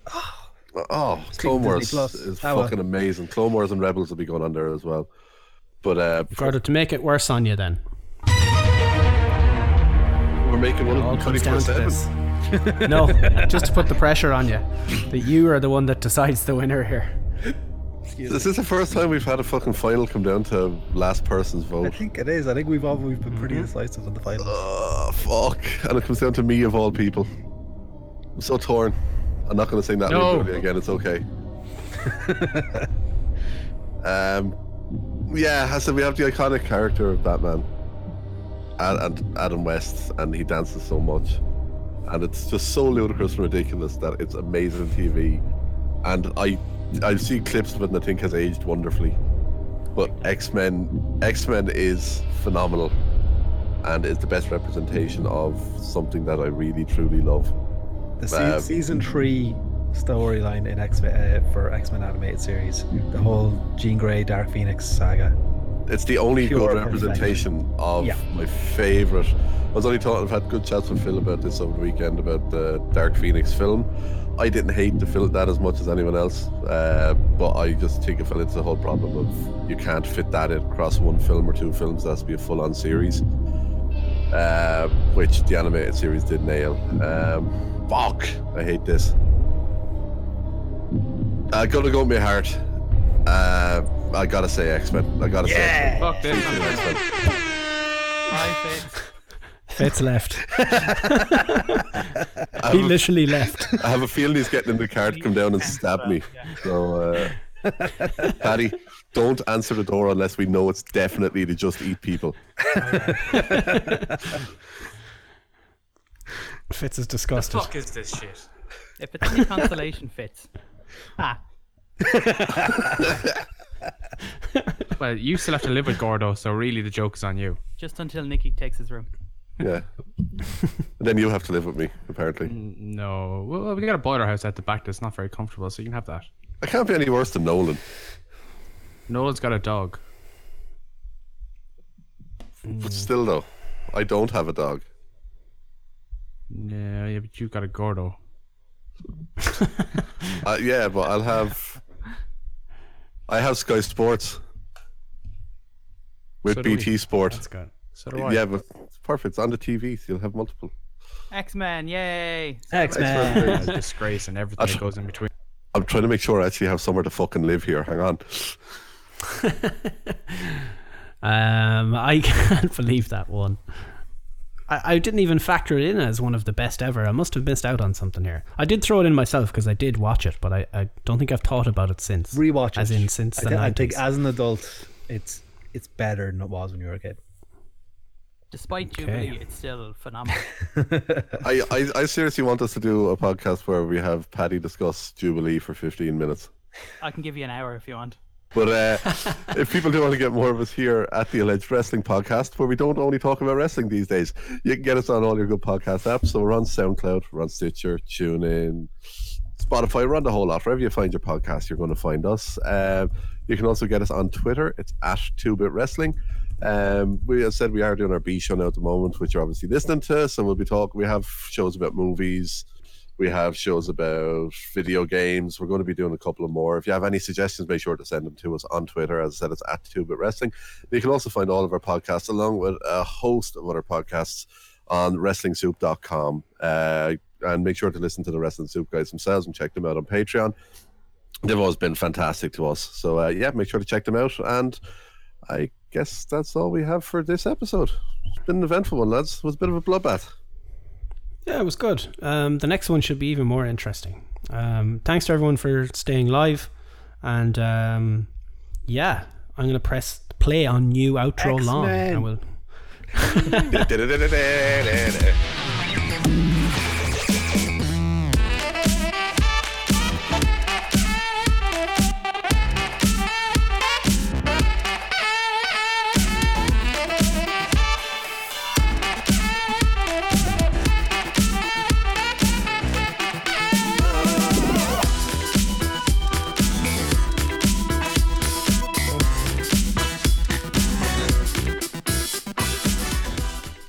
D: Oh, Clone
C: Disney
D: Wars
C: Plus.
D: is
C: Oh, well.
D: fucking amazing. Clone Wars and Rebels will be going on there as well. But uh,
B: Gordo, to make it worse on you then.
D: we're making one
B: all
D: of them
B: comes down to
D: 24/7.
B: this. no, just to put the pressure on you, that you are the one that decides the winner here.
D: Is this the first time we've had a fucking final come down to last person's
C: I
D: vote?
C: think it is. I think we've all we've been
B: Mm-hmm.
C: pretty decisive on the final.
D: Oh, fuck. And it comes down to me of all people. I'm so torn. I'm not going to sing that
E: No.
D: really again. It's okay. um, yeah, I said we have the iconic character of Batman, and, and Adam West, and he dances so much, and it's just so ludicrous and ridiculous that it's amazing on TV. And I, I've seen clips of it, and I think has aged wonderfully. But X Men, X Men is phenomenal and is the best representation of something that I really truly love.
C: The se-
D: uh,
C: season three storyline in X uh, for X Men animated series, the whole Jean Grey Dark Phoenix saga.
D: It's the only
C: Pure
D: good
C: perfection.
D: representation of
C: Yeah.
D: my favorite. I was only talking. I've had good chats with Phil about this over the weekend about the Dark Phoenix film. I didn't hate the film that as much as anyone else, uh, but I just think it fell into the whole problem of you can't fit that in across one film or two films. It has to be a full-on series, uh, which the animated series did nail. Um, fuck, I hate this. I gotta go with my heart. Uh, I gotta say X Men. I gotta say.
E: Fuck this.
F: Bye, Fitz.
B: Fate's left. he
D: Um,
B: literally left.
D: I have a feeling he's getting in the car to come down and stab me. So, uh, Paddy, don't answer the door unless we know it's definitely to just eat people.
B: Fitz is
I: The
B: disgusted.
I: fuck is this shit?
F: If it's any consolation, fits. Ah,
E: Well, you still have to live with Gordo, so really the joke's on you.
F: just until Nikki takes his room.
D: Yeah. And then you have to live with me, apparently.
E: No, well, we got a boiler house at the back that's not very comfortable, so you can have that.
D: I can't be any worse than Nolan.
E: Noel's got a dog.
D: But still, though, I don't have a dog.
E: Yeah, yeah, but you got a Gordo.
D: Uh, yeah, but I'll have. I have Sky Sports. With
E: So do we.
D: BT Sport.
B: Good.
E: So do I.
D: Yeah, but it's perfect. It's on the TV, so you'll have multiple.
F: X Men, yay!
B: X
E: Yeah,
B: Men.
E: disgrace and everything that goes in between.
D: I'm trying to make sure I actually have somewhere to fucking live here. Hang on.
B: Um, I can't believe that one. I, I didn't even factor it in as one of the best ever. I must have missed out on something here. I did throw it in myself because I did watch it, but I, I don't think I've thought about it since.
C: Rewatch it.
B: As in since
C: I,
B: the
C: thi- I
B: 90s.
C: think as an adult, it's it's better than it was when you were a kid.
F: Despite
B: Okay.
F: Jubilee, it's still phenomenal.
D: I, I, I seriously want us to do a podcast where we have Paddy discuss Jubilee for 15 minutes.
F: I can give you an hour if you want.
D: But uh, if people do want to get more of us here at the Alleged Wrestling Podcast, where we don't only talk about wrestling these days, you can get us on all your good podcast apps. So we're on SoundCloud, we're on Stitcher, TuneIn, Spotify, we're on the whole lot. Wherever you find your podcast, you're going to find us. Um, you can also get us on Twitter. It's at 2-Bit Wrestling. Um, we as said we are doing our B show now at the moment, which you're obviously listening to. So we'll be talking. We have shows about movies. We have shows about video games. We're going to be doing a couple of more. If you have any suggestions, make sure to send them to us on Twitter. As I said, it's at 2-Bit Wrestling. You can also find all of our podcasts, along with a host of other podcasts, on WrestlingSoup.com. Uh, and make sure to listen to the Wrestling Soup guys themselves and check them out on Patreon. They've always been fantastic to us. So, uh, yeah, make sure to check them out. And I guess that's all we have for this episode. It's been an eventful one, lads. It was a bit of a bloodbath.
B: Yeah, it was good. Um, the next one should be even more interesting. Um, thanks to everyone for staying live, and um, yeah, I'm gonna press play on new outro long,
C: X-Men.
B: and we'll
D: Did